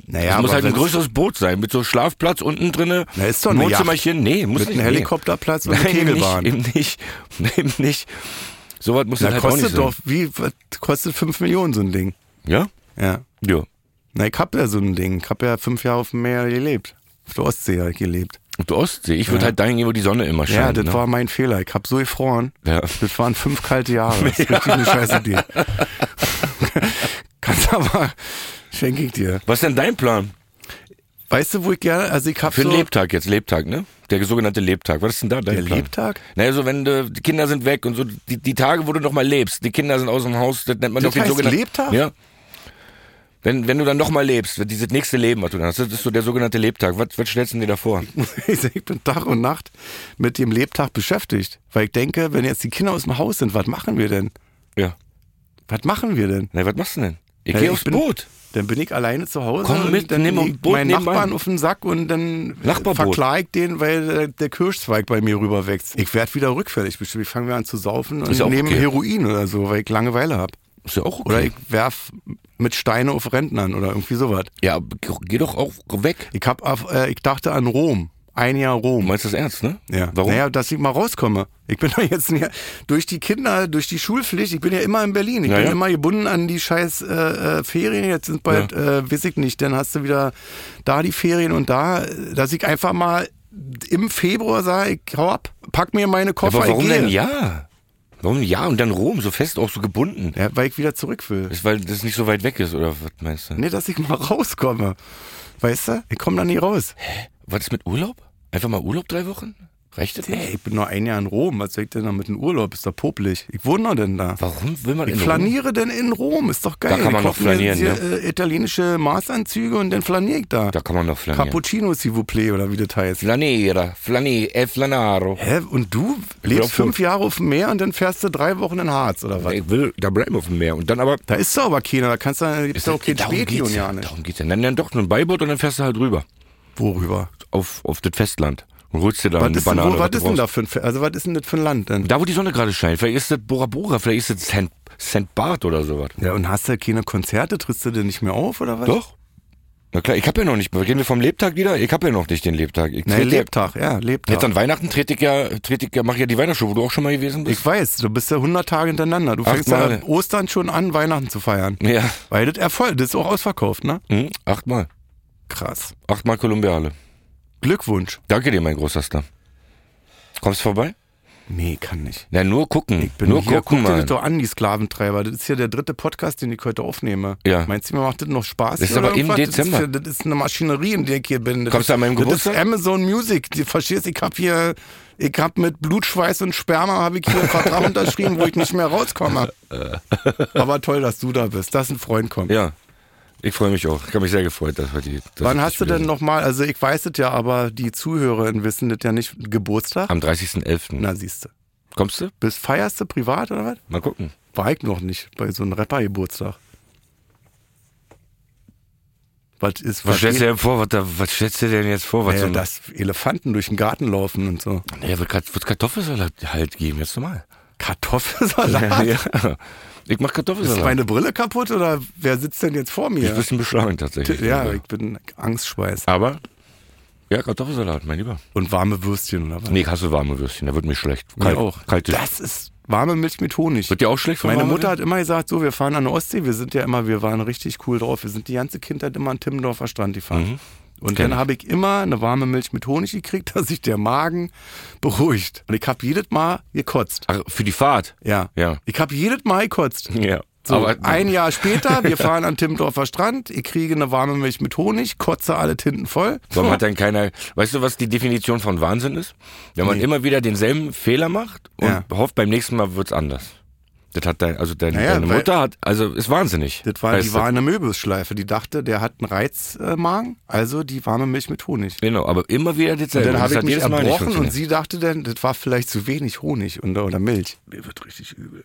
[SPEAKER 2] Naja,
[SPEAKER 3] es muss
[SPEAKER 2] aber
[SPEAKER 3] halt ein
[SPEAKER 2] wenn's-
[SPEAKER 3] größeres Boot sein, mit so Schlafplatz unten drinne.
[SPEAKER 2] Na, ist doch eine
[SPEAKER 3] Wohnzimmerchen. Nee, muss
[SPEAKER 2] mit
[SPEAKER 3] nicht.
[SPEAKER 2] einem Helikopterplatz und einer
[SPEAKER 3] Nein, eben
[SPEAKER 2] Kegelbahn.
[SPEAKER 3] nicht, eben nicht. Eben nicht. Sowas muss
[SPEAKER 2] Na,
[SPEAKER 3] das halt auch nicht
[SPEAKER 2] kostet
[SPEAKER 3] sein.
[SPEAKER 2] doch, wie, was kostet 5 Millionen so ein Ding?
[SPEAKER 3] Ja?
[SPEAKER 2] Ja.
[SPEAKER 3] Ja.
[SPEAKER 2] Na, ich hab ja so ein Ding. Ich hab ja fünf Jahre auf dem Meer gelebt. Auf der Ostsee hab ich gelebt.
[SPEAKER 3] Und die Ostsee, ich würde halt dahin gehen, wo die Sonne immer scheint.
[SPEAKER 2] Ja, das
[SPEAKER 3] ne?
[SPEAKER 2] war mein Fehler. Ich hab so gefroren.
[SPEAKER 3] Ja.
[SPEAKER 2] Das waren fünf kalte Jahre. Das ist richtig eine scheiße Idee. Kannst aber, schenke ich dir.
[SPEAKER 3] Was ist denn dein Plan?
[SPEAKER 2] Weißt du, wo ich gerne, also ich hab
[SPEAKER 3] Für
[SPEAKER 2] so...
[SPEAKER 3] den Lebtag jetzt, Lebtag, ne? Der sogenannte Lebtag. Was ist denn da dein
[SPEAKER 2] Der
[SPEAKER 3] Plan?
[SPEAKER 2] Lebtag?
[SPEAKER 3] Naja, so wenn du, die Kinder sind weg und so, die, die Tage, wo du noch mal lebst, die Kinder sind aus dem Haus, das nennt man
[SPEAKER 2] Das
[SPEAKER 3] doch den
[SPEAKER 2] heißt
[SPEAKER 3] sogenannten...
[SPEAKER 2] Lebtag?
[SPEAKER 3] Ja. Wenn, wenn du dann noch mal lebst, wenn dieses nächste Leben, was du dann hast, das ist so der sogenannte Lebtag. Was, was stellst du dir da vor?
[SPEAKER 2] Ich sag, ich bin Tag und Nacht mit dem Lebtag beschäftigt. Weil ich denke, wenn jetzt die Kinder aus dem Haus sind, was machen wir denn?
[SPEAKER 3] Ja.
[SPEAKER 2] Was machen wir denn?
[SPEAKER 3] Na, was machst du denn? Ich
[SPEAKER 2] Ja,
[SPEAKER 3] gehe
[SPEAKER 2] ich
[SPEAKER 3] aufs
[SPEAKER 2] bin-
[SPEAKER 3] Boot.
[SPEAKER 2] Dann bin ich alleine zu Hause.
[SPEAKER 3] Komm
[SPEAKER 2] und
[SPEAKER 3] mit,
[SPEAKER 2] dann
[SPEAKER 3] nimm ein
[SPEAKER 2] legt
[SPEAKER 3] Boot
[SPEAKER 2] mein
[SPEAKER 3] nebenan.
[SPEAKER 2] Nachbarn auf den Sack und dann
[SPEAKER 3] Nachbarboot.
[SPEAKER 2] verklag ich den, weil der, der Kirschzweig bei mir rüber wächst. Ich werde wieder rückfällig. Bestimmt fangen wir an zu saufen und
[SPEAKER 3] Ist ja auch
[SPEAKER 2] nehmen
[SPEAKER 3] okay.
[SPEAKER 2] Heroin oder so, weil ich Langeweile habe.
[SPEAKER 3] Ist ja auch okay.
[SPEAKER 2] Oder ich werf mit Steine auf Rentnern oder irgendwie sowas.
[SPEAKER 3] ja, aber geh- geh doch auch weg.
[SPEAKER 2] Ich, hab, auf- äh, ich dachte an Rom. Ein Jahr
[SPEAKER 3] Du
[SPEAKER 2] Rom.
[SPEAKER 3] meinst das ernst, ne?
[SPEAKER 2] Ja.
[SPEAKER 3] Warum?
[SPEAKER 2] Naja, dass ich mal rauskomme. Ich bin doch jetzt nicht, durch die Kinder, durch die Schulpflicht, ich bin ja immer in Berlin. Ich
[SPEAKER 3] Ja,
[SPEAKER 2] bin
[SPEAKER 3] ja.
[SPEAKER 2] immer gebunden an die scheiß äh, äh, Ferien. Jetzt sind bald, äh, weiß ich nicht, dann hast du wieder da die Ferien und da, dass ich einfach mal im Februar sage, ich hau ab, pack mir meine Koffer.
[SPEAKER 3] aber warum
[SPEAKER 2] ich gehe.
[SPEAKER 3] denn ja? Warum ein Jahr und dann Rom, so fest, auch so gebunden?
[SPEAKER 2] Ja, weil ich wieder zurück will.
[SPEAKER 3] Ist, weil das nicht so weit weg ist, oder was meinst du?
[SPEAKER 2] Nee, dass ich mal rauskomme. Weißt du? Ich komme da nie raus.
[SPEAKER 3] Was ist mit Urlaub? Einfach mal Urlaub drei Wochen? Reicht das
[SPEAKER 2] Hey,
[SPEAKER 3] nicht?
[SPEAKER 2] ich bin nur ein Jahr in Rom. Was soll ich denn da mit dem Urlaub? Ist da popelig. Ich wohne noch denn da.
[SPEAKER 3] Warum will man
[SPEAKER 2] Ich
[SPEAKER 3] in Rom?
[SPEAKER 2] flaniere denn in Rom. Ist doch geil.
[SPEAKER 3] Da kann man
[SPEAKER 2] Ich
[SPEAKER 3] noch
[SPEAKER 2] kauf mir
[SPEAKER 3] flanieren, ne?
[SPEAKER 2] jetzt hier, äh, italienische Maßanzüge und dann flaniere ich da.
[SPEAKER 3] Da kann man noch flanieren.
[SPEAKER 2] Cappuccino, s'il vous plaît, oder wie das heißt.
[SPEAKER 3] Flanera, Flaner, äh, Flanaro.
[SPEAKER 2] Hä? Und du lebst
[SPEAKER 3] glaub,
[SPEAKER 2] fünf
[SPEAKER 3] du-
[SPEAKER 2] Jahre auf dem Meer und dann fährst du drei Wochen in Harz, oder was?
[SPEAKER 3] Ich will da bleiben auf dem Meer. Und dann aber.
[SPEAKER 2] Da ist doch aber keiner. Da kannst du, da gibt's doch auch kein
[SPEAKER 3] darum
[SPEAKER 2] Späti
[SPEAKER 3] geht's
[SPEAKER 2] und ja
[SPEAKER 3] ja.
[SPEAKER 2] nicht.
[SPEAKER 3] Darum geht's ja. Dann, dann doch nur ein Beiboot und dann fährst du halt rüber.
[SPEAKER 2] Worüber?
[SPEAKER 3] Auf, auf das Festland. Und holst dir da
[SPEAKER 2] Was
[SPEAKER 3] eine
[SPEAKER 2] ist, denn,
[SPEAKER 3] Banane.
[SPEAKER 2] wo, was
[SPEAKER 3] du
[SPEAKER 2] ist denn
[SPEAKER 3] brauchst.
[SPEAKER 2] da für ein, Fe- also was ist denn das für ein Land denn?
[SPEAKER 3] Da, wo die Sonne gerade scheint. Vielleicht ist das Bora Bora, vielleicht ist das St. St. Barth oder sowas.
[SPEAKER 2] Ja, und hast du keine Konzerte? Trittst du denn nicht mehr auf, oder was?
[SPEAKER 3] Doch. Na klar, ich habe ja noch nicht. Gehen wir vom Lebtag wieder? Ich habe ja noch nicht den Lebtag. Ich
[SPEAKER 2] Nein,
[SPEAKER 3] trete-
[SPEAKER 2] Lebtag, ja, Lebtag.
[SPEAKER 3] Jetzt an Weihnachten trete ich ja, trete ich ja, mache ja die Weihnachtsshow, wo du auch schon mal gewesen bist.
[SPEAKER 2] Ich weiß, du bist ja 100 Tage hintereinander. Du
[SPEAKER 3] Acht
[SPEAKER 2] fängst ja
[SPEAKER 3] Male.
[SPEAKER 2] an Ostern schon an, Weihnachten zu feiern.
[SPEAKER 3] ja.
[SPEAKER 2] Weil das Erfolg, das ist auch ausverkauft, ne?
[SPEAKER 3] Hm, achtmal.
[SPEAKER 2] Krass.
[SPEAKER 3] Achtmal Kolumbiale.
[SPEAKER 2] Glückwunsch.
[SPEAKER 3] Danke dir, mein großer Star. Kommst vorbei?
[SPEAKER 2] Nee, kann nicht.
[SPEAKER 3] Na, nur gucken.
[SPEAKER 2] Bin
[SPEAKER 3] nur
[SPEAKER 2] hier,
[SPEAKER 3] gucken,
[SPEAKER 2] guck dir das
[SPEAKER 3] Mann.
[SPEAKER 2] doch an, die Sklaventreiber. Das ist ja der dritte Podcast, den ich heute aufnehme.
[SPEAKER 3] Ja.
[SPEAKER 2] Meinst du, mir macht das noch Spaß?
[SPEAKER 3] Das ist
[SPEAKER 2] hier oder
[SPEAKER 3] aber im
[SPEAKER 2] irgendwas?
[SPEAKER 3] Dezember.
[SPEAKER 2] Das ist, das ist eine Maschinerie, in der ich hier bin. Das,
[SPEAKER 3] Kommst du an meinem Geburtstag?
[SPEAKER 2] Das ist Amazon Music. Du verstehst, ich hab hier, ich hab mit Blut, Schweiß und Sperma habe ich hier einen Vertrag unterschrieben, wo ich nicht mehr rauskomme. aber toll, dass du da bist, dass ein Freund kommt.
[SPEAKER 3] Ja. Ich freue mich auch. Ich habe mich sehr gefreut, dass wir die. Dass
[SPEAKER 2] Wann
[SPEAKER 3] wir
[SPEAKER 2] hast du
[SPEAKER 3] gespielt
[SPEAKER 2] denn
[SPEAKER 3] haben.
[SPEAKER 2] nochmal, also ich weiß es ja, aber die Zuhörerinnen wissen das ja nicht, Geburtstag?
[SPEAKER 3] Am 30.11.
[SPEAKER 2] Na siehst du.
[SPEAKER 3] Kommst du?
[SPEAKER 2] Bis feierst du privat oder was?
[SPEAKER 3] Mal gucken.
[SPEAKER 2] War ich noch nicht bei so einem Rapper-Geburtstag. Was ist,
[SPEAKER 3] Was stellst du
[SPEAKER 2] geht?
[SPEAKER 3] dir denn vor? Was, da, was stellst du dir denn jetzt vor? Was
[SPEAKER 2] Naja,
[SPEAKER 3] so- ne?
[SPEAKER 2] dass Elefanten durch den Garten laufen und so.
[SPEAKER 3] Naja, wird, Kat- wird Kartoffelsalat halt geben, jetzt normal.
[SPEAKER 2] Kartoffelsalat?
[SPEAKER 3] ja. Ich mach
[SPEAKER 2] Ist
[SPEAKER 3] Kartoffelsalat.
[SPEAKER 2] meine Brille kaputt oder wer sitzt denn jetzt vor
[SPEAKER 3] Ich bin ein
[SPEAKER 2] mir?
[SPEAKER 3] bisschen beschlagen tatsächlich. Also,
[SPEAKER 2] Ja, ich bin Angstschweiß.
[SPEAKER 3] Aber, ja, Kartoffelsalat, mein Lieber.
[SPEAKER 2] Und warme Würstchen oder was?
[SPEAKER 3] Nee, ich hasse warme Würstchen, da wird mir schlecht.
[SPEAKER 2] Mir auch.
[SPEAKER 3] Kalte.
[SPEAKER 2] Das ist warme Milch mit Honig.
[SPEAKER 3] Wird dir auch schlecht von
[SPEAKER 2] Meine
[SPEAKER 3] warmer
[SPEAKER 2] Mutter
[SPEAKER 3] Würstchen?
[SPEAKER 2] hat immer gesagt, so, wir fahren an der Ostsee, wir sind ja immer, wir waren richtig cool drauf. Wir sind die ganze Kindheit immer an Timmendorfer Strand gefahren. Und
[SPEAKER 3] Mhm. Kenn
[SPEAKER 2] dann
[SPEAKER 3] ich.
[SPEAKER 2] habe ich immer eine warme Milch mit Honig gekriegt, dass sich der Magen beruhigt. Und ich habe jedes Mal gekotzt.
[SPEAKER 3] Ach, für die Fahrt?
[SPEAKER 2] Ja.
[SPEAKER 3] Ja.
[SPEAKER 2] Ich habe jedes Mal gekotzt.
[SPEAKER 3] Ja.
[SPEAKER 2] So,
[SPEAKER 3] Aber
[SPEAKER 2] ein Jahr später, wir fahren an Timmendorfer Strand, ich kriege eine warme Milch mit Honig, kotze alle Tinten voll.
[SPEAKER 3] Warum hat dann keiner. Weißt du, was die Definition von Wahnsinn ist? Wenn man immer wieder denselben Fehler macht und
[SPEAKER 2] Ja.
[SPEAKER 3] hofft, beim nächsten Mal wird's anders. Das hat dein, also dein,
[SPEAKER 2] Naja,
[SPEAKER 3] deine
[SPEAKER 2] weil-
[SPEAKER 3] Mutter hat, also ist wahnsinnig.
[SPEAKER 2] Das war,
[SPEAKER 3] Weißt
[SPEAKER 2] die
[SPEAKER 3] du?
[SPEAKER 2] war in der Möbelschleife. Die dachte, der hat einen Reizmagen, also die warme Milch mit Honig.
[SPEAKER 3] Genau, aber immer wieder
[SPEAKER 2] Und
[SPEAKER 3] dasselbe.
[SPEAKER 2] dann
[SPEAKER 3] Das
[SPEAKER 2] habe ich
[SPEAKER 3] hat
[SPEAKER 2] mich
[SPEAKER 3] jedes Mal nicht
[SPEAKER 2] erbrochen und
[SPEAKER 3] funktioniert.
[SPEAKER 2] sie dachte dann, das war vielleicht zu wenig Honig oder, oder Milch. Mir wird richtig übel.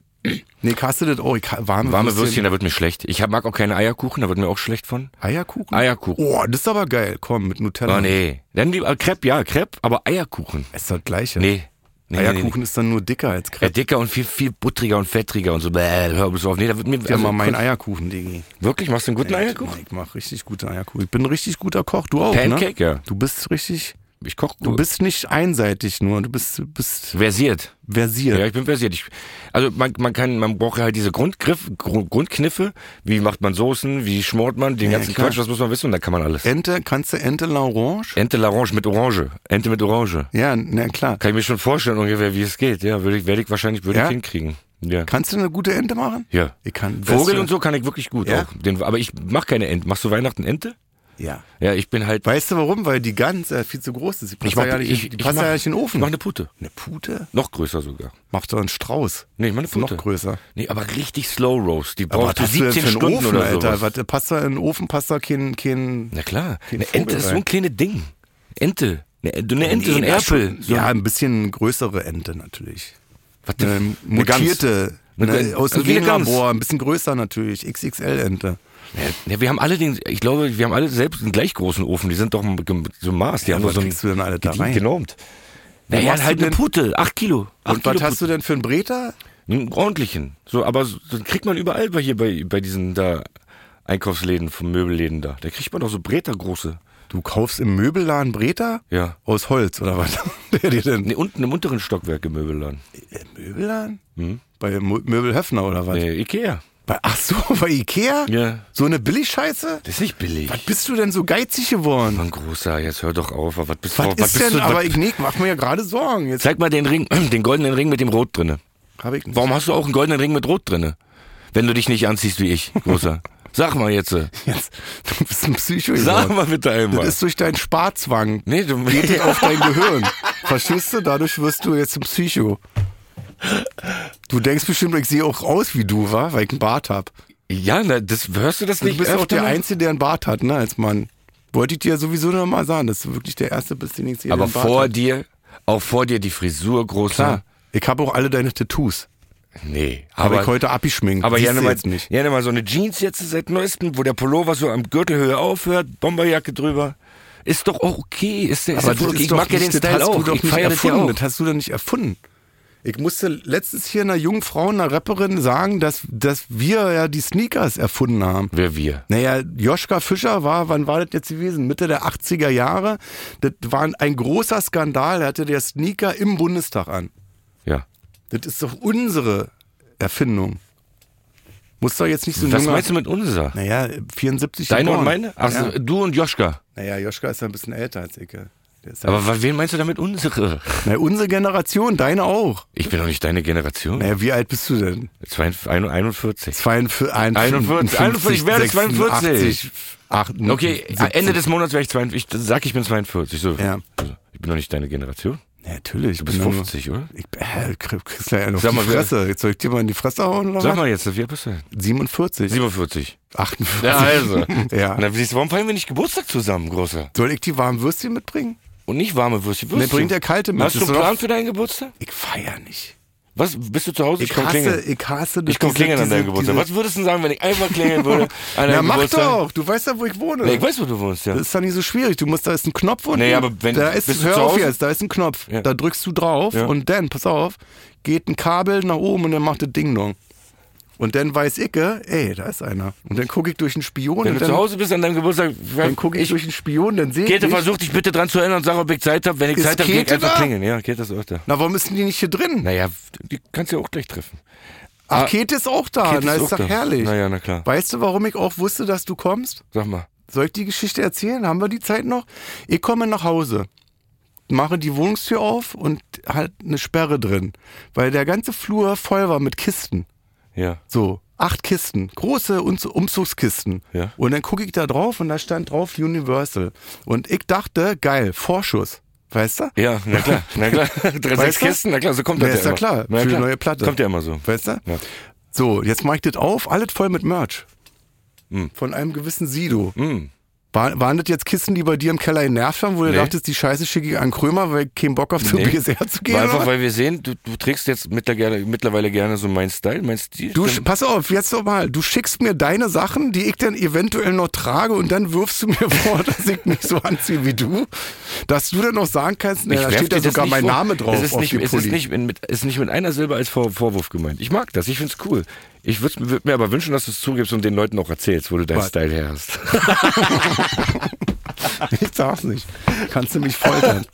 [SPEAKER 2] Nee, kaste das auch. Ich ka- Warme,
[SPEAKER 3] Warme Würstchen, da wird mir schlecht. Ich hab, mag auch keine Eierkuchen, da wird mir auch schlecht von.
[SPEAKER 2] Eierkuchen?
[SPEAKER 3] Eierkuchen.
[SPEAKER 2] Oh, das ist aber geil. Komm, mit Nutella.
[SPEAKER 3] Oh nee. Dann lieber Crepe, ja, Crepe, aber Eierkuchen.
[SPEAKER 2] Ist das gleiche.
[SPEAKER 3] Nee. nee
[SPEAKER 2] Eierkuchen
[SPEAKER 3] Nee, nee.
[SPEAKER 2] ist dann nur dicker als
[SPEAKER 3] Ja,
[SPEAKER 2] Crepe.
[SPEAKER 3] dicker und viel, viel buttriger und fettriger und so. Bäh, hör bloß auf. Nee, da wird mir. also
[SPEAKER 2] Ja, mal mein
[SPEAKER 3] Kon-
[SPEAKER 2] Eierkuchen, Digi.
[SPEAKER 3] Wirklich? Machst du einen guten Eierkuchen?
[SPEAKER 2] Ich mach richtig gute Eierkuchen. Ich bin ein richtig guter Koch. Du auch, ne?
[SPEAKER 3] Pancake, ja.
[SPEAKER 2] Du bist richtig,
[SPEAKER 3] Ich koche
[SPEAKER 2] du bist nicht einseitig nur, du bist, du bist
[SPEAKER 3] versiert.
[SPEAKER 2] versiert.
[SPEAKER 3] Ja, ich bin versiert. Ich, also man, man kann, man braucht ja halt diese Grundgriff, Grund, Grundkniffe. Wie macht man Soßen? Wie schmort man? Den
[SPEAKER 2] Ja,
[SPEAKER 3] ganzen
[SPEAKER 2] klar.
[SPEAKER 3] Quatsch, was muss man wissen? Und da kann man alles.
[SPEAKER 2] Ente, kannst du Ente la Orange?
[SPEAKER 3] Ente l'Orange mit Orange. Ente mit Orange.
[SPEAKER 2] Ja, na klar.
[SPEAKER 3] Kann ich mir schon vorstellen ungefähr, wie es geht. Ja, würde ich, werde ich wahrscheinlich würde
[SPEAKER 2] Ja?
[SPEAKER 3] ich hinkriegen. Ja.
[SPEAKER 2] Kannst du eine gute Ente machen?
[SPEAKER 3] ja.
[SPEAKER 2] Ich kann
[SPEAKER 3] Vogel
[SPEAKER 2] Beste-
[SPEAKER 3] und so kann ich wirklich gut
[SPEAKER 2] Ja?
[SPEAKER 3] auch. Den, aber ich mache keine Ente. Machst du Weihnachten Ente?
[SPEAKER 2] Ja.
[SPEAKER 3] Ja, ich bin halt.
[SPEAKER 2] Weißt du warum? Weil die Gans äh, viel zu groß ist. Die passt
[SPEAKER 3] mach-
[SPEAKER 2] ja, nicht, die passt
[SPEAKER 3] mach-
[SPEAKER 2] ja nicht in den
[SPEAKER 3] Ich
[SPEAKER 2] Ofen.
[SPEAKER 3] mach eine Pute.
[SPEAKER 2] eine Pute?
[SPEAKER 3] Ne, Noch größer sogar.
[SPEAKER 2] Mach doch einen Strauß.
[SPEAKER 3] Nee, ich mach eine
[SPEAKER 2] Ist noch
[SPEAKER 3] Pute.
[SPEAKER 2] größer.
[SPEAKER 3] Nee, aber richtig Slow Roast. Die
[SPEAKER 2] Aber
[SPEAKER 3] braucht 17
[SPEAKER 2] einen
[SPEAKER 3] Stunden
[SPEAKER 2] Ofen,
[SPEAKER 3] oder
[SPEAKER 2] Alter.
[SPEAKER 3] sowas.
[SPEAKER 2] Was, äh, passt da in den Ofen, passt da kein... kein
[SPEAKER 3] Na klar.
[SPEAKER 2] Kein
[SPEAKER 3] Eine
[SPEAKER 2] Vogel
[SPEAKER 3] Ente ist so
[SPEAKER 2] rein.
[SPEAKER 3] ein kleines Ding. Ente. Eine Ente, eine Ente so ein
[SPEAKER 2] Nee, na schon.
[SPEAKER 3] Erpel. So
[SPEAKER 2] ja,
[SPEAKER 3] ein,
[SPEAKER 2] ein bisschen größere Ente natürlich.
[SPEAKER 3] was denn?
[SPEAKER 2] Eine
[SPEAKER 3] Eine Gans.
[SPEAKER 2] mutierte.
[SPEAKER 3] Eine
[SPEAKER 2] ne,
[SPEAKER 3] Gans.
[SPEAKER 2] aus dem
[SPEAKER 3] Wie eine Gans.
[SPEAKER 2] Genlabor, ein bisschen größer natürlich. XXL-Ente.
[SPEAKER 3] Ja, wir haben alle den, ich glaube, wir haben alle selbst einen gleich großen Ofen. Die sind doch gem- so Maß. Die
[SPEAKER 2] Ja,
[SPEAKER 3] haben
[SPEAKER 2] was
[SPEAKER 3] doch so
[SPEAKER 2] kriegst du denn alle da
[SPEAKER 3] die-
[SPEAKER 2] rein?
[SPEAKER 3] Genormt. Naja,
[SPEAKER 2] machst
[SPEAKER 3] halt
[SPEAKER 2] du
[SPEAKER 3] eine
[SPEAKER 2] denn-
[SPEAKER 3] Pute. Acht Kilo. Acht
[SPEAKER 2] Und
[SPEAKER 3] Kilo
[SPEAKER 2] was hast du denn für einen Breter?
[SPEAKER 3] Pute. Einen ordentlichen. So, aber so, den kriegt man überall bei hier, bei, bei diesen da Einkaufsläden, vom Möbelläden da. Da kriegt man doch so Bretergroße.
[SPEAKER 2] Du kaufst im Möbelladen Breter?
[SPEAKER 3] Ja.
[SPEAKER 2] Aus Holz oder was? Der dir denn
[SPEAKER 3] Nee, Ne, unten im unteren Stockwerk im Möbelladen.
[SPEAKER 2] Im Möbelladen? Bei Mo- Möbelhöfner oder was?
[SPEAKER 3] Hm? Nee, Ikea.
[SPEAKER 2] Bei, ach so, bei Ikea?
[SPEAKER 3] Ja.
[SPEAKER 2] So eine Billigscheiße?
[SPEAKER 3] Das ist nicht billig.
[SPEAKER 2] Was bist du denn so geizig geworden?
[SPEAKER 3] Mann, großer, jetzt hör doch auf. Was bist,
[SPEAKER 2] Was
[SPEAKER 3] du-
[SPEAKER 2] ist
[SPEAKER 3] bist
[SPEAKER 2] denn?
[SPEAKER 3] du?
[SPEAKER 2] aber ich nee, ich mach mir ja gerade Sorgen. Jetzt.
[SPEAKER 3] Zeig mal den Ring, den goldenen Ring mit dem Rot drinne.
[SPEAKER 2] Hab ich nicht.
[SPEAKER 3] Warum hast du auch einen goldenen Ring mit Rot drinne? Wenn du dich nicht anziehst wie ich, großer. Sag mal jetzt. äh.
[SPEAKER 2] Jetzt, du bist ein Psycho.
[SPEAKER 3] Sag
[SPEAKER 2] geworden.
[SPEAKER 3] mal bitte einmal.
[SPEAKER 2] Das ist durch deinen Sparzwang
[SPEAKER 3] nee, du,
[SPEAKER 2] auf dein Gehirn. Verstehst du? Dadurch wirst du jetzt ein Psycho. Du denkst bestimmt, ich sehe auch aus wie du, wa? weil ich einen Bart hab. Also
[SPEAKER 3] ja, na, das, hörst du das
[SPEAKER 2] Du
[SPEAKER 3] nicht
[SPEAKER 2] bist auch
[SPEAKER 3] öfter
[SPEAKER 2] der
[SPEAKER 3] mal?
[SPEAKER 2] Einzige, der einen Bart hat, ne, als Mann. Wollte ich dir ja sowieso noch mal sagen, dass du wirklich der Erste bist, den ich sehe, der
[SPEAKER 3] Aber
[SPEAKER 2] einen Bart
[SPEAKER 3] vor
[SPEAKER 2] hat.
[SPEAKER 3] dir, auch vor dir die Frisur, großer.
[SPEAKER 2] Klar, Ne? ich habe auch alle deine Tattoos.
[SPEAKER 3] Nee,
[SPEAKER 2] Habe
[SPEAKER 3] aber
[SPEAKER 2] ich heute abgeschminkt.
[SPEAKER 3] Aber
[SPEAKER 2] Siehst
[SPEAKER 3] gerne
[SPEAKER 2] du
[SPEAKER 3] mal,
[SPEAKER 2] jetzt nicht.
[SPEAKER 3] gerne mal so eine Jeans jetzt seit neuestem, wo der Pullover so am Gürtelhöhe aufhört, Bomberjacke drüber. Ist doch auch okay. Ist, der- ist
[SPEAKER 2] Aber
[SPEAKER 3] doch
[SPEAKER 2] das
[SPEAKER 3] okay.
[SPEAKER 2] ist
[SPEAKER 3] Ich
[SPEAKER 2] doch
[SPEAKER 3] mag ja
[SPEAKER 2] nicht-
[SPEAKER 3] den
[SPEAKER 2] das
[SPEAKER 3] Style
[SPEAKER 2] hast
[SPEAKER 3] auch.
[SPEAKER 2] Du doch
[SPEAKER 3] ich
[SPEAKER 2] nicht
[SPEAKER 3] feiere das ja
[SPEAKER 2] erfunden.
[SPEAKER 3] auch.
[SPEAKER 2] Das hast du doch nicht erfunden. Ich musste letztes hier einer jungen Frau, einer Rapperin sagen, dass, dass wir ja die Sneakers erfunden haben.
[SPEAKER 3] Wer wir?
[SPEAKER 2] Naja, Joschka Fischer war, wann war das jetzt gewesen? Mitte der 80er Jahre. Das war ein großer Skandal. Da hatte der Sneaker im Bundestag an.
[SPEAKER 3] Ja.
[SPEAKER 2] Das ist doch unsere Erfindung. Muss doch jetzt nicht so ein
[SPEAKER 3] Was
[SPEAKER 2] junger-
[SPEAKER 3] meinst du mit unser?
[SPEAKER 2] Naja, 74
[SPEAKER 3] Deine und
[SPEAKER 2] geboren.
[SPEAKER 3] meine? Ach,
[SPEAKER 2] ja.
[SPEAKER 3] so, du und Joschka.
[SPEAKER 2] Naja, Joschka ist ja ein bisschen älter als ich. ja. Der ist ja-
[SPEAKER 3] Aber wa- wen meinst du damit unsere?
[SPEAKER 2] Na, unsere Generation, deine auch.
[SPEAKER 3] Ich bin doch nicht deine Generation.
[SPEAKER 2] Naja, wie alt bist du denn?
[SPEAKER 3] 42, 41.
[SPEAKER 2] 42,
[SPEAKER 3] 41, 41, ich werde
[SPEAKER 2] 86, 88,
[SPEAKER 3] Okay, äh, Ende des Monats wäre ich 42. Ich sag, ich bin 42. So.
[SPEAKER 2] Ja.
[SPEAKER 3] Also, ich bin doch nicht deine Generation.
[SPEAKER 2] Ja, natürlich. ne?
[SPEAKER 3] Du bist 50, oder?
[SPEAKER 2] Ich, äh, krieg- kriegst ja noch
[SPEAKER 3] Sag
[SPEAKER 2] die
[SPEAKER 3] mal, wer-
[SPEAKER 2] Fresse. Jetzt soll ich dir mal in die Fresse hauen oder
[SPEAKER 3] Sag
[SPEAKER 2] was?
[SPEAKER 3] mal jetzt, wie alt bist du denn?
[SPEAKER 2] 47,
[SPEAKER 3] 47.
[SPEAKER 2] 48.
[SPEAKER 3] Ja, also.
[SPEAKER 2] Ja.
[SPEAKER 3] Na, siehst du, warum feiern wir nicht Geburtstag zusammen, Großer?
[SPEAKER 2] Soll ich die warmen Würstchen mitbringen?
[SPEAKER 3] Und nicht warme Würstchen. Würstchen.
[SPEAKER 2] Nee, bringt der kalte mit.
[SPEAKER 3] Hast du
[SPEAKER 2] Ist
[SPEAKER 3] einen
[SPEAKER 2] doch-
[SPEAKER 3] Plan für deinen Geburtstag?
[SPEAKER 2] Ich feier nicht.
[SPEAKER 3] Was? Bist du zu Hause?
[SPEAKER 2] Ich
[SPEAKER 3] komm
[SPEAKER 2] hasse,
[SPEAKER 3] klingeln.
[SPEAKER 2] ich hasse das-
[SPEAKER 3] Ich komm
[SPEAKER 2] diese-
[SPEAKER 3] klingeln an deinem
[SPEAKER 2] diese-
[SPEAKER 3] Geburtstag. Was
[SPEAKER 2] diese-
[SPEAKER 3] würdest du denn sagen, wenn ich einfach klingeln würde an
[SPEAKER 2] Na,
[SPEAKER 3] deinem
[SPEAKER 2] mach
[SPEAKER 3] Geburtstag?
[SPEAKER 2] doch. Du weißt ja, wo ich wohne.
[SPEAKER 3] Nee, ich weiß, wo du wohnst, ja.
[SPEAKER 2] Das ist doch nicht so schwierig. Du musst, da ist ein Knopf unten.
[SPEAKER 3] Nee, aber wenn-
[SPEAKER 2] da ist,
[SPEAKER 3] bist du
[SPEAKER 2] hör
[SPEAKER 3] zu
[SPEAKER 2] auf
[SPEAKER 3] Hause?
[SPEAKER 2] jetzt, da ist ein Knopf.
[SPEAKER 3] Ja.
[SPEAKER 2] Da drückst du drauf
[SPEAKER 3] Ja.
[SPEAKER 2] und dann, pass auf, geht ein Kabel nach oben und dann macht das Ding-Dong. Und dann weiß ich, äh, ey, da ist einer. Und dann gucke ich durch den Spion
[SPEAKER 3] wenn
[SPEAKER 2] und
[SPEAKER 3] du zu
[SPEAKER 2] dann,
[SPEAKER 3] Hause bist an deinem Geburtstag,
[SPEAKER 2] dann gucke ich, durch den Spion, dann sehe ich.
[SPEAKER 3] Käthe,
[SPEAKER 2] Nicht.
[SPEAKER 3] versuch dich bitte dran zu erinnern und sag, ob ich Zeit habe. Wenn ich
[SPEAKER 2] Ist
[SPEAKER 3] Zeit habe, geh ich
[SPEAKER 2] Käthe
[SPEAKER 3] einfach
[SPEAKER 2] da?
[SPEAKER 3] klingeln. Ja, Käthe ist auch da.
[SPEAKER 2] Na, warum ist denn die nicht hier drin?
[SPEAKER 3] Naja, die kannst du ja auch gleich treffen.
[SPEAKER 2] Ach,
[SPEAKER 3] Ah,
[SPEAKER 2] Käthe ist auch da.
[SPEAKER 3] Käthe
[SPEAKER 2] na,
[SPEAKER 3] ist
[SPEAKER 2] ist,
[SPEAKER 3] auch
[SPEAKER 2] doch
[SPEAKER 3] da.
[SPEAKER 2] herrlich.
[SPEAKER 3] Na ja, na klar.
[SPEAKER 2] Weißt du, warum ich auch wusste, dass du kommst?
[SPEAKER 3] Sag mal.
[SPEAKER 2] Soll ich die Geschichte erzählen? Haben wir die Zeit noch? Ich komme nach Hause, mache die Wohnungstür auf und halt eine Sperre drin, weil der ganze Flur voll war mit Kisten.
[SPEAKER 3] Ja.
[SPEAKER 2] So, acht Kisten, große Umz- Umzugskisten.
[SPEAKER 3] Ja.
[SPEAKER 2] Und dann gucke ich da drauf und da stand drauf Universal. Und ich dachte, geil, Vorschuss. Weißt du?
[SPEAKER 3] Ja, na klar, na klar. Drei, sechs
[SPEAKER 2] Weißt du?
[SPEAKER 3] Kisten, na klar, so kommt
[SPEAKER 2] Na,
[SPEAKER 3] das
[SPEAKER 2] ist ja
[SPEAKER 3] ja immer.
[SPEAKER 2] klar,
[SPEAKER 3] Na
[SPEAKER 2] für die neue Platte.
[SPEAKER 3] Kommt ja immer so.
[SPEAKER 2] Weißt du?
[SPEAKER 3] Ja.
[SPEAKER 2] So, jetzt mache ich das auf, alles voll mit Merch. Von einem gewissen Sido.
[SPEAKER 3] Hm.
[SPEAKER 2] War, waren das jetzt Kisten, die bei dir im Keller genervt haben, wo du
[SPEAKER 3] Nee.
[SPEAKER 2] dachtest, die Scheiße schicke ich an Krömer, weil ich keinen Bock auf zum
[SPEAKER 3] Nee.
[SPEAKER 2] BSR zu gehen
[SPEAKER 3] War einfach,
[SPEAKER 2] habe?
[SPEAKER 3] weil wir sehen, du, du trägst jetzt mittlerweile, mittlerweile gerne so meinen Style, meinen Stil.
[SPEAKER 2] Du,
[SPEAKER 3] Dann-
[SPEAKER 2] sch- pass auf, jetzt noch mal. Du schickst mir deine Sachen, die ich dann eventuell noch trage und dann wirfst du mir vor, dass ich mich so anziehe wie du. Dass du dann noch sagen kannst, na, da
[SPEAKER 3] werf
[SPEAKER 2] steht ja
[SPEAKER 3] dir das
[SPEAKER 2] sogar
[SPEAKER 3] nicht
[SPEAKER 2] mein
[SPEAKER 3] vor.
[SPEAKER 2] Name drauf
[SPEAKER 3] Es ist
[SPEAKER 2] auf
[SPEAKER 3] nicht,
[SPEAKER 2] dem
[SPEAKER 3] es ist
[SPEAKER 2] Pulli.
[SPEAKER 3] nicht, in, mit, ist nicht mit einer Silbe als Vor Vorwurf gemeint. Ich mag das, ich find's cool. Ich würde würd mir aber wünschen, dass du es zugibst und den Leuten auch erzählst, wo du deinen
[SPEAKER 2] Was?
[SPEAKER 3] Style her hast.
[SPEAKER 2] Ich darf nicht. Kannst du mich foltern.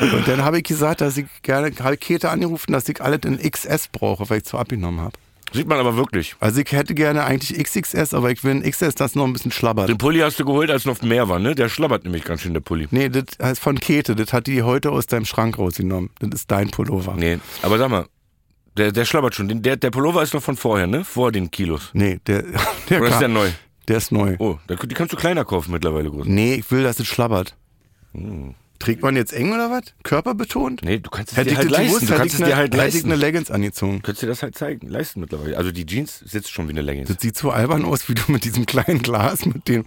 [SPEAKER 2] Und dann habe ich gesagt, dass ich gerne, habe ich Käthe angerufen, dass ich alles in XS brauche, weil ich zu abgenommen habe.
[SPEAKER 3] Sieht man aber wirklich.
[SPEAKER 2] Also ich hätte gerne eigentlich XXS, aber ich will ein XS, das noch ein bisschen schlabbert.
[SPEAKER 3] Den Pulli hast du geholt, als noch mehr war, ne? Der schlabbert nämlich ganz schön, der Pulli.
[SPEAKER 2] Nee, das heißt von Käthe, das hat die heute aus deinem Schrank rausgenommen. Das ist dein Pullover. Nee,
[SPEAKER 3] Nee, aber sag mal, der, der schlabbert schon. Den- Der, der Pullover ist noch von vorher, ne? Vor den Kilos.
[SPEAKER 2] der, der,
[SPEAKER 3] Oder ist
[SPEAKER 2] kam-
[SPEAKER 3] der neu?
[SPEAKER 2] der ist neu.
[SPEAKER 3] Oh, da- die kannst du kleiner kaufen mittlerweile, groß.
[SPEAKER 2] Nee, ich will, dass es schlabbert. Trägt man jetzt eng oder was? Körperbetont?
[SPEAKER 3] Hm. Nee, du kannst es
[SPEAKER 2] Hätte
[SPEAKER 3] dir
[SPEAKER 2] ich
[SPEAKER 3] halt
[SPEAKER 2] das
[SPEAKER 3] leisten.
[SPEAKER 2] gewusst,
[SPEAKER 3] du
[SPEAKER 2] hätte
[SPEAKER 3] kannst
[SPEAKER 2] ich
[SPEAKER 3] es dir halt
[SPEAKER 2] eine- hätte ich
[SPEAKER 3] leisten.
[SPEAKER 2] eine Leggings angezogen.
[SPEAKER 3] Könntest du das halt zeigen, leisten mittlerweile. Also die Jeans sitzt schon wie eine Leggings.
[SPEAKER 2] Das sieht so albern aus, wie du mit diesem kleinen Glas, mit dem...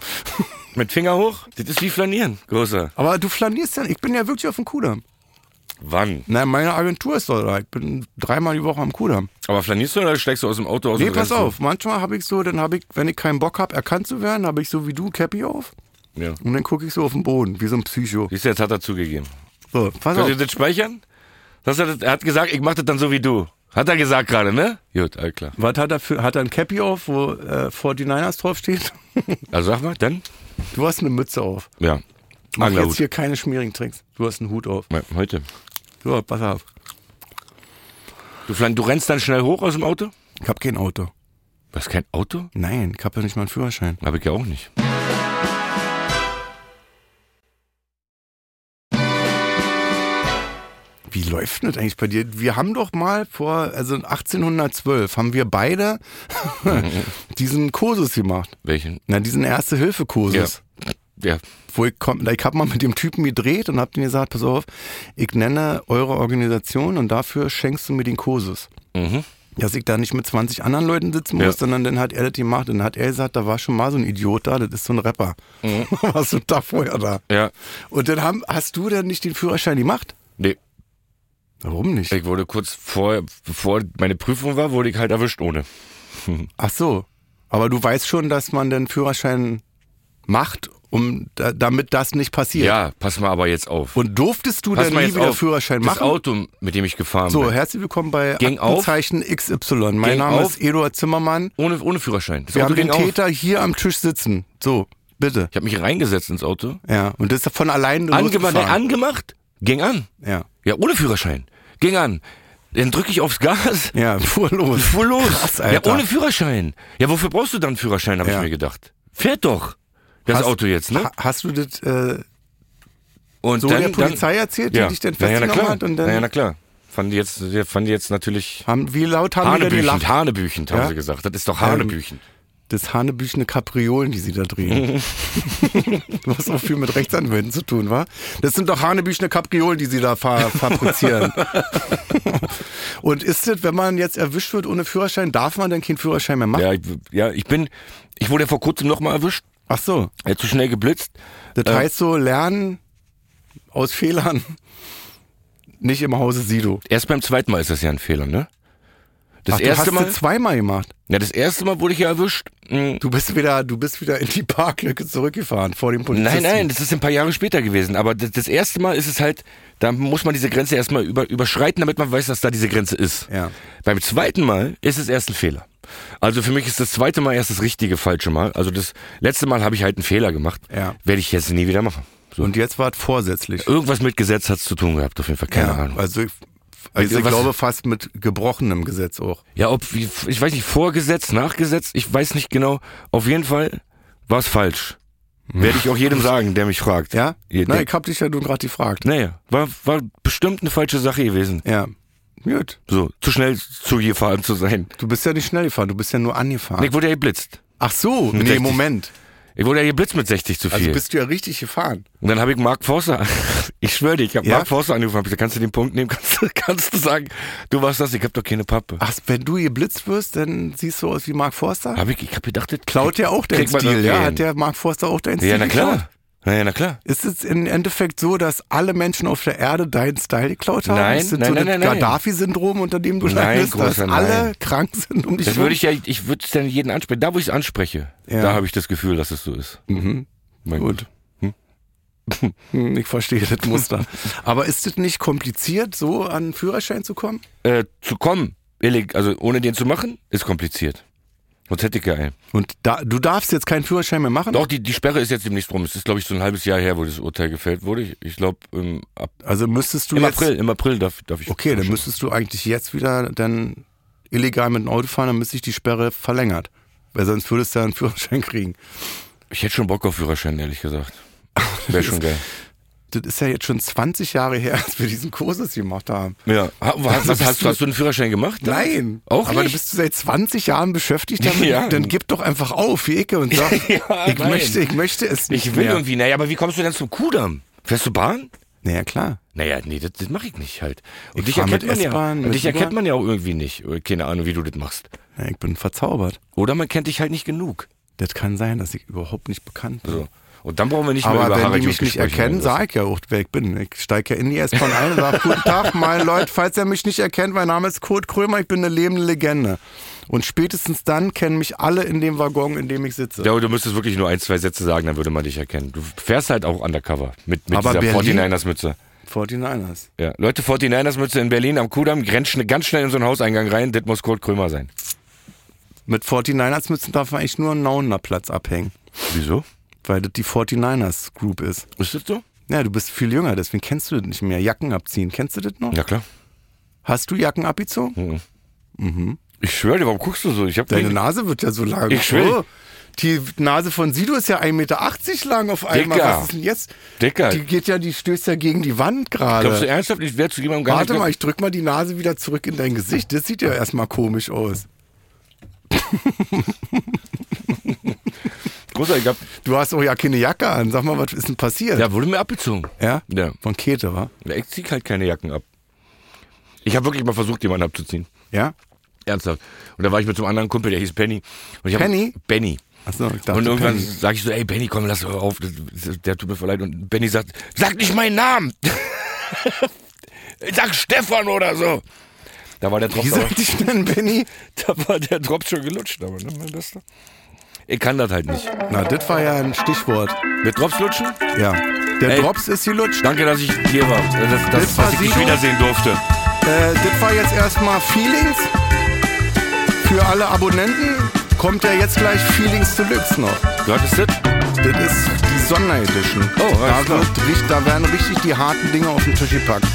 [SPEAKER 3] Mit Finger hoch, das ist wie flanieren, großer.
[SPEAKER 2] Aber du flanierst ja, ich bin ja wirklich auf dem Kudamm.
[SPEAKER 3] Wann?
[SPEAKER 2] Na, meine Agentur ist doch da. Ich bin dreimal die Woche am Kudamm.
[SPEAKER 3] Aber flanierst du oder steigst du aus dem Auto aus?
[SPEAKER 2] Nee,
[SPEAKER 3] und
[SPEAKER 2] pass
[SPEAKER 3] rennst
[SPEAKER 2] auf. Manchmal habe ich so, dann habe ich, wenn ich keinen Bock habe, erkannt zu werden, habe ich so wie du Cappy auf.
[SPEAKER 3] du? Ja.
[SPEAKER 2] Und dann gucke ich so auf den Boden, wie so ein Psycho.
[SPEAKER 3] Siehst du, jetzt hat er zugegeben.
[SPEAKER 2] So, pass
[SPEAKER 3] Könnt
[SPEAKER 2] auf.
[SPEAKER 3] ihr das speichern? Das hat, er- er hat gesagt, ich mach das dann so wie du. Hat er gesagt gerade, ne? Gut, alles klar.
[SPEAKER 2] Was hat er für, hat er ein Cappy auf, wo äh, 49ers draufsteht?
[SPEAKER 3] Also sag mal, dann?
[SPEAKER 2] Du hast eine Mütze auf.
[SPEAKER 3] Ja.
[SPEAKER 2] Mach jetzt
[SPEAKER 3] Anglerhut.
[SPEAKER 2] hier keine schmierigen Tricks. Du hast einen Hut auf.
[SPEAKER 3] Ja, Heute.
[SPEAKER 2] So, pass auf.
[SPEAKER 3] Du, flan du rennst dann schnell hoch aus dem Auto?
[SPEAKER 2] Ich habe kein Auto.
[SPEAKER 3] Was, kein Auto?
[SPEAKER 2] Nein, ich habe ja nicht mal einen Führerschein.
[SPEAKER 3] Habe ich ja auch nicht.
[SPEAKER 2] wie läuft denn das eigentlich bei dir? Wir haben doch mal vor, also 1812, haben wir beide diesen Kursus gemacht.
[SPEAKER 3] Welchen?
[SPEAKER 2] Na, diesen Erste-Hilfe-Kursus.
[SPEAKER 3] Ja.
[SPEAKER 2] Wo ich komm, ich habe mal mit dem Typen gedreht und habe ihm gesagt, pass auf, ich nenne eure Organisation und dafür schenkst du mir den Kursus.
[SPEAKER 3] Mhm.
[SPEAKER 2] Dass ich da nicht mit 20 anderen Leuten sitzen muss,
[SPEAKER 3] Ja.
[SPEAKER 2] sondern dann hat er das gemacht und dann hat er gesagt, da war schon mal so ein Idiot da, das ist so ein Rapper.
[SPEAKER 3] Mhm.
[SPEAKER 2] Warst du da vorher da?
[SPEAKER 3] Ja.
[SPEAKER 2] Und dann haben, hast du dann nicht den Führerschein gemacht?
[SPEAKER 3] Nee.
[SPEAKER 2] Warum nicht?
[SPEAKER 3] Ich wurde kurz vor, bevor meine Prüfung war, wurde ich halt erwischt ohne.
[SPEAKER 2] Ach so. Aber du weißt schon, dass man den Führerschein macht, um da, damit das nicht passiert.
[SPEAKER 3] Ja, pass mal aber jetzt auf.
[SPEAKER 2] Und durftest du
[SPEAKER 3] pass
[SPEAKER 2] dann
[SPEAKER 3] mal
[SPEAKER 2] nie
[SPEAKER 3] jetzt
[SPEAKER 2] wieder
[SPEAKER 3] auf.
[SPEAKER 2] Führerschein
[SPEAKER 3] das
[SPEAKER 2] machen?
[SPEAKER 3] Auto, mit dem ich gefahren
[SPEAKER 2] So,
[SPEAKER 3] bin.
[SPEAKER 2] herzlich willkommen bei
[SPEAKER 3] Ging auf.
[SPEAKER 2] Aktenzeichen XY. Mein
[SPEAKER 3] Ging
[SPEAKER 2] Name
[SPEAKER 3] auf.
[SPEAKER 2] ist Eduard Zimmermann.
[SPEAKER 3] Ohne, ohne Führerschein. Das
[SPEAKER 2] Wir
[SPEAKER 3] Auto
[SPEAKER 2] haben den
[SPEAKER 3] ging auf.
[SPEAKER 2] Täter hier am Tisch sitzen. So, bitte.
[SPEAKER 3] Ich habe mich reingesetzt ins Auto.
[SPEAKER 2] Ja, und das ist von allein
[SPEAKER 3] Angemacht, nee,
[SPEAKER 2] losgefahren.
[SPEAKER 3] angemacht? Ging an.
[SPEAKER 2] Ja,
[SPEAKER 3] Ja, ohne Führerschein. Ging an. Dann drücke ich aufs Gas.
[SPEAKER 2] ja, fuhr los.
[SPEAKER 3] Fuhr los.
[SPEAKER 2] Krass, Alter.
[SPEAKER 3] Ja, ohne Führerschein. Ja, wofür brauchst du dann einen Führerschein, habe
[SPEAKER 2] Ja.
[SPEAKER 3] ich mir gedacht. Fährt doch. Das
[SPEAKER 2] Hast-
[SPEAKER 3] Auto jetzt, ne?
[SPEAKER 2] Ha- Hast du das äh,
[SPEAKER 3] Und
[SPEAKER 2] so der Polizei erzählt, die dich dann
[SPEAKER 3] ja, na
[SPEAKER 2] festgenommen
[SPEAKER 3] klar.
[SPEAKER 2] hat? Und dann
[SPEAKER 3] naja, na klar. Fand die jetzt, ja, fand die jetzt natürlich
[SPEAKER 2] haben, wie laut haben die denn
[SPEAKER 3] hanebüchend,
[SPEAKER 2] gelacht?
[SPEAKER 3] hanebüchend, haben
[SPEAKER 2] Ja. Ähm,
[SPEAKER 3] sie gesagt. Das ist doch hanebüchend.
[SPEAKER 2] Das hanebüchene Kapriolen, die sie da drehen. Was auch viel mit Rechtsanwälten zu tun war. Das sind doch hanebüchene Kapriolen, die sie da fa fabrizieren. und ist das, wenn man jetzt erwischt wird ohne Führerschein, darf man dann keinen Führerschein mehr machen?
[SPEAKER 3] ja, ich, ja, ich bin, ich wurde ja vor kurzem nochmal erwischt.
[SPEAKER 2] Ach so.
[SPEAKER 3] Er hat zu schnell geblitzt.
[SPEAKER 2] Das
[SPEAKER 3] Äh.
[SPEAKER 2] heißt so, lernen aus Fehlern. Nicht im Hause Sido.
[SPEAKER 3] Erst beim zweiten Mal ist das ja ein Fehler, ne? Das
[SPEAKER 2] Ach, du hast
[SPEAKER 3] erste Mal,
[SPEAKER 2] das zweimal gemacht.
[SPEAKER 3] ja, das erste Mal wurde ich ja erwischt. Mm,
[SPEAKER 2] Du bist wieder, du bist wieder in die Parklücke zurückgefahren vor dem Polizisten.
[SPEAKER 3] Nein, nein, das ist ein paar Jahre später gewesen. Aber das, das erste Mal ist es halt, da muss man diese Grenze erstmal über, überschreiten, damit man weiß, dass da diese Grenze ist.
[SPEAKER 2] Ja.
[SPEAKER 3] Beim zweiten Mal ist es erst ein Fehler. Also für mich ist das zweite Mal erst das richtige falsche Mal. Also das letzte Mal habe ich halt einen Fehler gemacht.
[SPEAKER 2] Ja.
[SPEAKER 3] Werde ich jetzt nie wieder machen. So.
[SPEAKER 2] Und jetzt war es vorsätzlich.
[SPEAKER 3] Irgendwas mit Gesetz hat's zu tun gehabt, auf jeden Fall. Keine
[SPEAKER 2] ja,
[SPEAKER 3] Ahnung.
[SPEAKER 2] Also ich, also ich
[SPEAKER 3] was-
[SPEAKER 2] glaube fast mit gebrochenem Gesetz auch.
[SPEAKER 3] Ja, ob, wie- ich weiß nicht, vorgesetzt, nachgesetzt, ich weiß nicht genau. Auf jeden Fall war es falsch. Werde ich auch jedem sagen, der mich fragt.
[SPEAKER 2] Ja?
[SPEAKER 3] Je-
[SPEAKER 2] Nein, ich hab dich ja nun gerade gefragt.
[SPEAKER 3] Naja, war, war bestimmt eine falsche Sache gewesen.
[SPEAKER 2] Ja. Gut.
[SPEAKER 3] So, zu schnell zu gefahren zu sein.
[SPEAKER 2] Du bist ja nicht schnell gefahren, du bist ja nur angefahren.
[SPEAKER 3] Ich wurde ja geblitzt.
[SPEAKER 2] Ach so, nee,
[SPEAKER 3] 60.
[SPEAKER 2] Moment.
[SPEAKER 3] Ich wurde ja geblitzt mit 60 zu viel.
[SPEAKER 2] Also bist du ja richtig gefahren.
[SPEAKER 3] und dann habe ich Mark Forster, ich schwöre dir, ich habe
[SPEAKER 2] Ja?
[SPEAKER 3] Mark Forster angerufen, hab gesagt, kannst du den Punkt nehmen, kannst, du- kannst du sagen, du warst das, ich habe doch keine Pappe.
[SPEAKER 2] Ach, wenn du geblitzt wirst, dann siehst du aus wie Mark Forster?
[SPEAKER 3] Hab ich, ich habe gedacht, das
[SPEAKER 2] Klaut ja auch deinen
[SPEAKER 3] kriegt man
[SPEAKER 2] Stil,
[SPEAKER 3] irgendwie
[SPEAKER 2] ja?
[SPEAKER 3] hin.
[SPEAKER 2] Hat der Mark Forster auch deinen Stil
[SPEAKER 3] Ja, na
[SPEAKER 2] geklaut?
[SPEAKER 3] klar. Naja, na klar.
[SPEAKER 2] Ist es im Endeffekt so, dass alle Menschen auf der Erde deinen Style geklaut haben?
[SPEAKER 3] Nein,
[SPEAKER 2] ist das
[SPEAKER 3] nein,
[SPEAKER 2] so
[SPEAKER 3] nein,
[SPEAKER 2] das
[SPEAKER 3] nein, nein.
[SPEAKER 2] Gaddafi-Syndrom, unter dem du
[SPEAKER 3] Nein,
[SPEAKER 2] leidest, dass
[SPEAKER 3] großer
[SPEAKER 2] alle
[SPEAKER 3] Nein.
[SPEAKER 2] krank sind um dich
[SPEAKER 3] Das
[SPEAKER 2] rum?
[SPEAKER 3] würde ich ja, ich würde es dann jeden ansprechen. Da, wo ich es anspreche,
[SPEAKER 2] Ja.
[SPEAKER 3] da habe ich das Gefühl, dass es so ist.
[SPEAKER 2] Mhm.
[SPEAKER 3] Mein
[SPEAKER 2] Gut. Hm, Ich verstehe das Muster. Aber ist es nicht kompliziert, so an einen Führerschein zu kommen?
[SPEAKER 3] Äh, zu kommen, illeg- also ohne den zu machen, ist kompliziert. Sonst hätte ich ja einen.
[SPEAKER 2] Und da, du darfst jetzt keinen Führerschein mehr machen?
[SPEAKER 3] Doch, die, die Sperre ist jetzt demnächst rum. Es ist, glaube ich, so ein halbes Jahr her, wo das Urteil gefällt wurde. Ich, ich glaube, im, ab-
[SPEAKER 2] Also müsstest du
[SPEAKER 3] im
[SPEAKER 2] jetzt...
[SPEAKER 3] April, im April darf, darf ich.
[SPEAKER 2] Okay, dann müsstest du eigentlich jetzt wieder dann illegal mit dem Auto fahren, dann müsste ich die Sperre verlängert. Weil sonst würdest du ja einen Führerschein kriegen.
[SPEAKER 3] Ich hätte schon Bock auf Führerschein, ehrlich gesagt. Wäre schon geil.
[SPEAKER 2] Das ist ja jetzt schon 20 Jahre her, als wir diesen Kursus gemacht haben.
[SPEAKER 3] Ja. Ha, was, was,
[SPEAKER 2] bist
[SPEAKER 3] hast,
[SPEAKER 2] du-
[SPEAKER 3] du, hast du einen Führerschein gemacht?
[SPEAKER 2] Nein.
[SPEAKER 3] Auch
[SPEAKER 2] Aber
[SPEAKER 3] nicht?
[SPEAKER 2] du bist du seit 20 Jahren beschäftigt damit?
[SPEAKER 3] Ja.
[SPEAKER 2] Dann gib doch einfach auf, wie Icke, und sag,
[SPEAKER 3] Ja,
[SPEAKER 2] ich,
[SPEAKER 3] nein.
[SPEAKER 2] möchte, ich möchte es nicht
[SPEAKER 3] Ich will
[SPEAKER 2] mehr.
[SPEAKER 3] irgendwie. Naja, aber wie kommst du denn zum Kudamm? Fährst du Bahn?
[SPEAKER 2] Naja, klar.
[SPEAKER 3] Naja, nee, das, das mache ich nicht halt. Und
[SPEAKER 2] Ich
[SPEAKER 3] dich
[SPEAKER 2] fahr mit
[SPEAKER 3] erkennt man ja.
[SPEAKER 2] S-Bahn, mit
[SPEAKER 3] Und dich erkennt
[SPEAKER 2] U-Bahn.
[SPEAKER 3] man ja auch irgendwie nicht. Keine Ahnung, wie du das machst.
[SPEAKER 2] Ja, ich bin verzaubert.
[SPEAKER 3] Oder man kennt dich halt nicht genug.
[SPEAKER 2] Das kann sein, dass ich überhaupt nicht bekannt bin.
[SPEAKER 3] So. Und dann brauchen wir Also, nicht mehr
[SPEAKER 2] Aber
[SPEAKER 3] über
[SPEAKER 2] wenn
[SPEAKER 3] Harald
[SPEAKER 2] die mich
[SPEAKER 3] Juck
[SPEAKER 2] nicht
[SPEAKER 3] sprechen,
[SPEAKER 2] erkennen,
[SPEAKER 3] oder?
[SPEAKER 2] sag ich ja auch, wer ich bin. Ich steige ja in die S-Bahn ein und sage, guten Tag, meine Leute, falls ihr mich nicht erkennt, mein Name ist Kurt Krömer, ich bin eine lebende Legende. Und spätestens dann kennen mich alle in dem Waggon, in dem ich sitze.
[SPEAKER 3] Ja, aber du müsstest wirklich nur ein, zwei Sätze sagen, dann würde man dich erkennen. Du fährst halt auch undercover mit, mit
[SPEAKER 2] Aber
[SPEAKER 3] dieser
[SPEAKER 2] Berlin-
[SPEAKER 3] 49ers-Mütze.
[SPEAKER 2] 49ers.
[SPEAKER 3] Ja. Leute, 49ers-Mütze in Berlin am Kudamm, grenzt schn- ganz schnell in so einen Hauseingang rein, das muss Kurt Krömer sein.
[SPEAKER 2] Mit 49ers Mützen darf man eigentlich nur einen Nauener Platz abhängen,
[SPEAKER 3] Wieso?
[SPEAKER 2] weil das die 49ers Group ist.
[SPEAKER 3] Ist das so?
[SPEAKER 2] Ja, du bist viel jünger, deswegen kennst du das nicht mehr. Jacken abziehen, kennst du das noch?
[SPEAKER 3] Ja, klar.
[SPEAKER 2] Hast du Jacken abgezogen?
[SPEAKER 3] Ich schwöre dir, warum guckst du so? Ich hab
[SPEAKER 2] Deine
[SPEAKER 3] nie-
[SPEAKER 2] Nase wird ja so lang. Oh.
[SPEAKER 3] Ich schwöre.
[SPEAKER 2] die Nase von Sido ist ja 1,80 Meter lang auf einmal.
[SPEAKER 3] Dicker.
[SPEAKER 2] Was ist denn jetzt?
[SPEAKER 3] Dicker.
[SPEAKER 2] Die geht ja, die stößt ja gegen die Wand
[SPEAKER 3] Glaubst du
[SPEAKER 2] gerade.
[SPEAKER 3] ernsthaft, ich werde zu jemandem gar
[SPEAKER 2] Warte
[SPEAKER 3] nicht.
[SPEAKER 2] mal, ich drück mal die Nase wieder zurück in dein Gesicht. Das sieht ja erstmal komisch aus.
[SPEAKER 3] Großer, ich hab,
[SPEAKER 2] Du hast auch ja keine Jacke an. Sag mal, was ist denn passiert?
[SPEAKER 3] ja, wurde mir abgezogen.
[SPEAKER 2] Ja?
[SPEAKER 3] Ja.
[SPEAKER 2] Von Käthe, wa?
[SPEAKER 3] Ja, Ich zieh halt keine Jacken ab. Ich habe wirklich mal versucht, jemanden abzuziehen.
[SPEAKER 2] Ja?
[SPEAKER 3] Ernsthaft. Und da war ich mit so einem anderen Kumpel, der hieß Penny. Und ich hab-
[SPEAKER 2] Penny?
[SPEAKER 3] Benny.
[SPEAKER 2] Achso, ich dachte,
[SPEAKER 3] Und irgendwann
[SPEAKER 2] Penny.
[SPEAKER 3] sage ich so, ey Benny, komm, lass doch auf. Das, das, der tut mir voll leid. Und Benny sagt, sag nicht meinen Namen. sag Stefan oder so. Da war der Drop,
[SPEAKER 2] Wie
[SPEAKER 3] aber,
[SPEAKER 2] sagt ich denn, Benny?
[SPEAKER 3] da war der Drop schon gelutscht. Aber, ne, mein Bester. Ich kann das halt nicht.
[SPEAKER 2] Na, das war ja ein Stichwort.
[SPEAKER 3] Mit Drops lutschen?
[SPEAKER 2] Ja. Der
[SPEAKER 3] Ey.
[SPEAKER 2] Drops ist gelutscht.
[SPEAKER 3] Danke, dass ich hier war. Das, das,
[SPEAKER 2] Das war
[SPEAKER 3] dass ich dich
[SPEAKER 2] Sido.
[SPEAKER 3] wiedersehen durfte.
[SPEAKER 2] Äh, das war jetzt erstmal Feelings für alle Abonnenten. Kommt ja jetzt gleich Feelings Deluxe noch.
[SPEAKER 3] Du hattest das?
[SPEAKER 2] Das ist die Sonderedition.
[SPEAKER 3] Oh,
[SPEAKER 2] da,
[SPEAKER 3] alles klar.
[SPEAKER 2] wird richt- da werden richtig die harten Dinge auf den Tisch gepackt.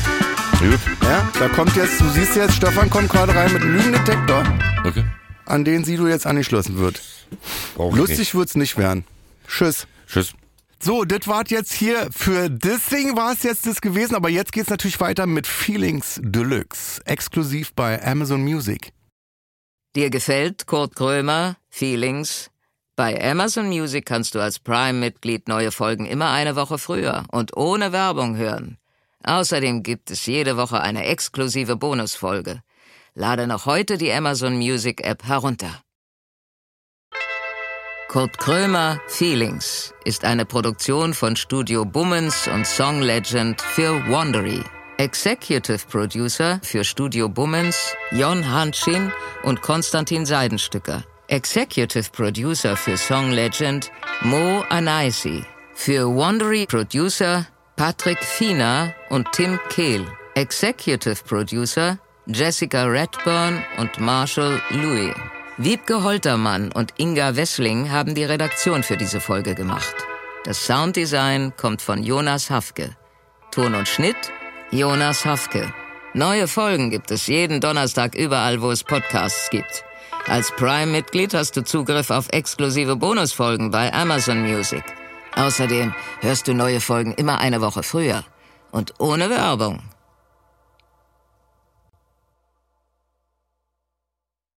[SPEAKER 3] Gut.
[SPEAKER 2] Ja, da kommt jetzt, du siehst jetzt, Stefan kommt gerade rein mit einem Lügendetektor,
[SPEAKER 3] Okay.
[SPEAKER 2] an den Sido jetzt angeschlossen wird.
[SPEAKER 3] Brauch ich nicht.
[SPEAKER 2] Lustig wird's nicht werden. Tschüss.
[SPEAKER 3] Tschüss.
[SPEAKER 2] So, das war jetzt hier für das Ding war es jetzt das gewesen, aber jetzt geht's natürlich weiter mit Feelings Deluxe, exklusiv bei Amazon Music.
[SPEAKER 1] Dir gefällt Kurt Krömer, Feelings? Bei Amazon Music kannst du als Prime-Mitglied neue Folgen immer eine Woche früher und ohne Werbung hören. Außerdem gibt es jede Woche eine exklusive Bonusfolge. Lade noch heute die Amazon Music App herunter. Kurt Krömer Feelings ist eine Produktion von Studio Bummens und Song Legend für Wandery. Executive Producer für Studio Bummens Jon Hanschin und Konstantin Seidenstücker. Executive Producer für Song Legend Mo Anaisi. Für Wandery Producer Patrick Fiener und Tim Kehl. Executive Producer Jessica Redburn und Marshall Louis. Wiebke Holtermann und Inga Wessling haben die Redaktion für diese Folge gemacht. Das Sounddesign kommt von Jonas Hafke. Ton und Schnitt Jonas Hafke. Neue Folgen gibt es jeden Donnerstag überall, wo es Podcasts gibt. Als Prime-Mitglied hast du Zugriff auf exklusive Bonusfolgen bei Amazon Music. Außerdem hörst du neue Folgen immer eine Woche früher und ohne Werbung.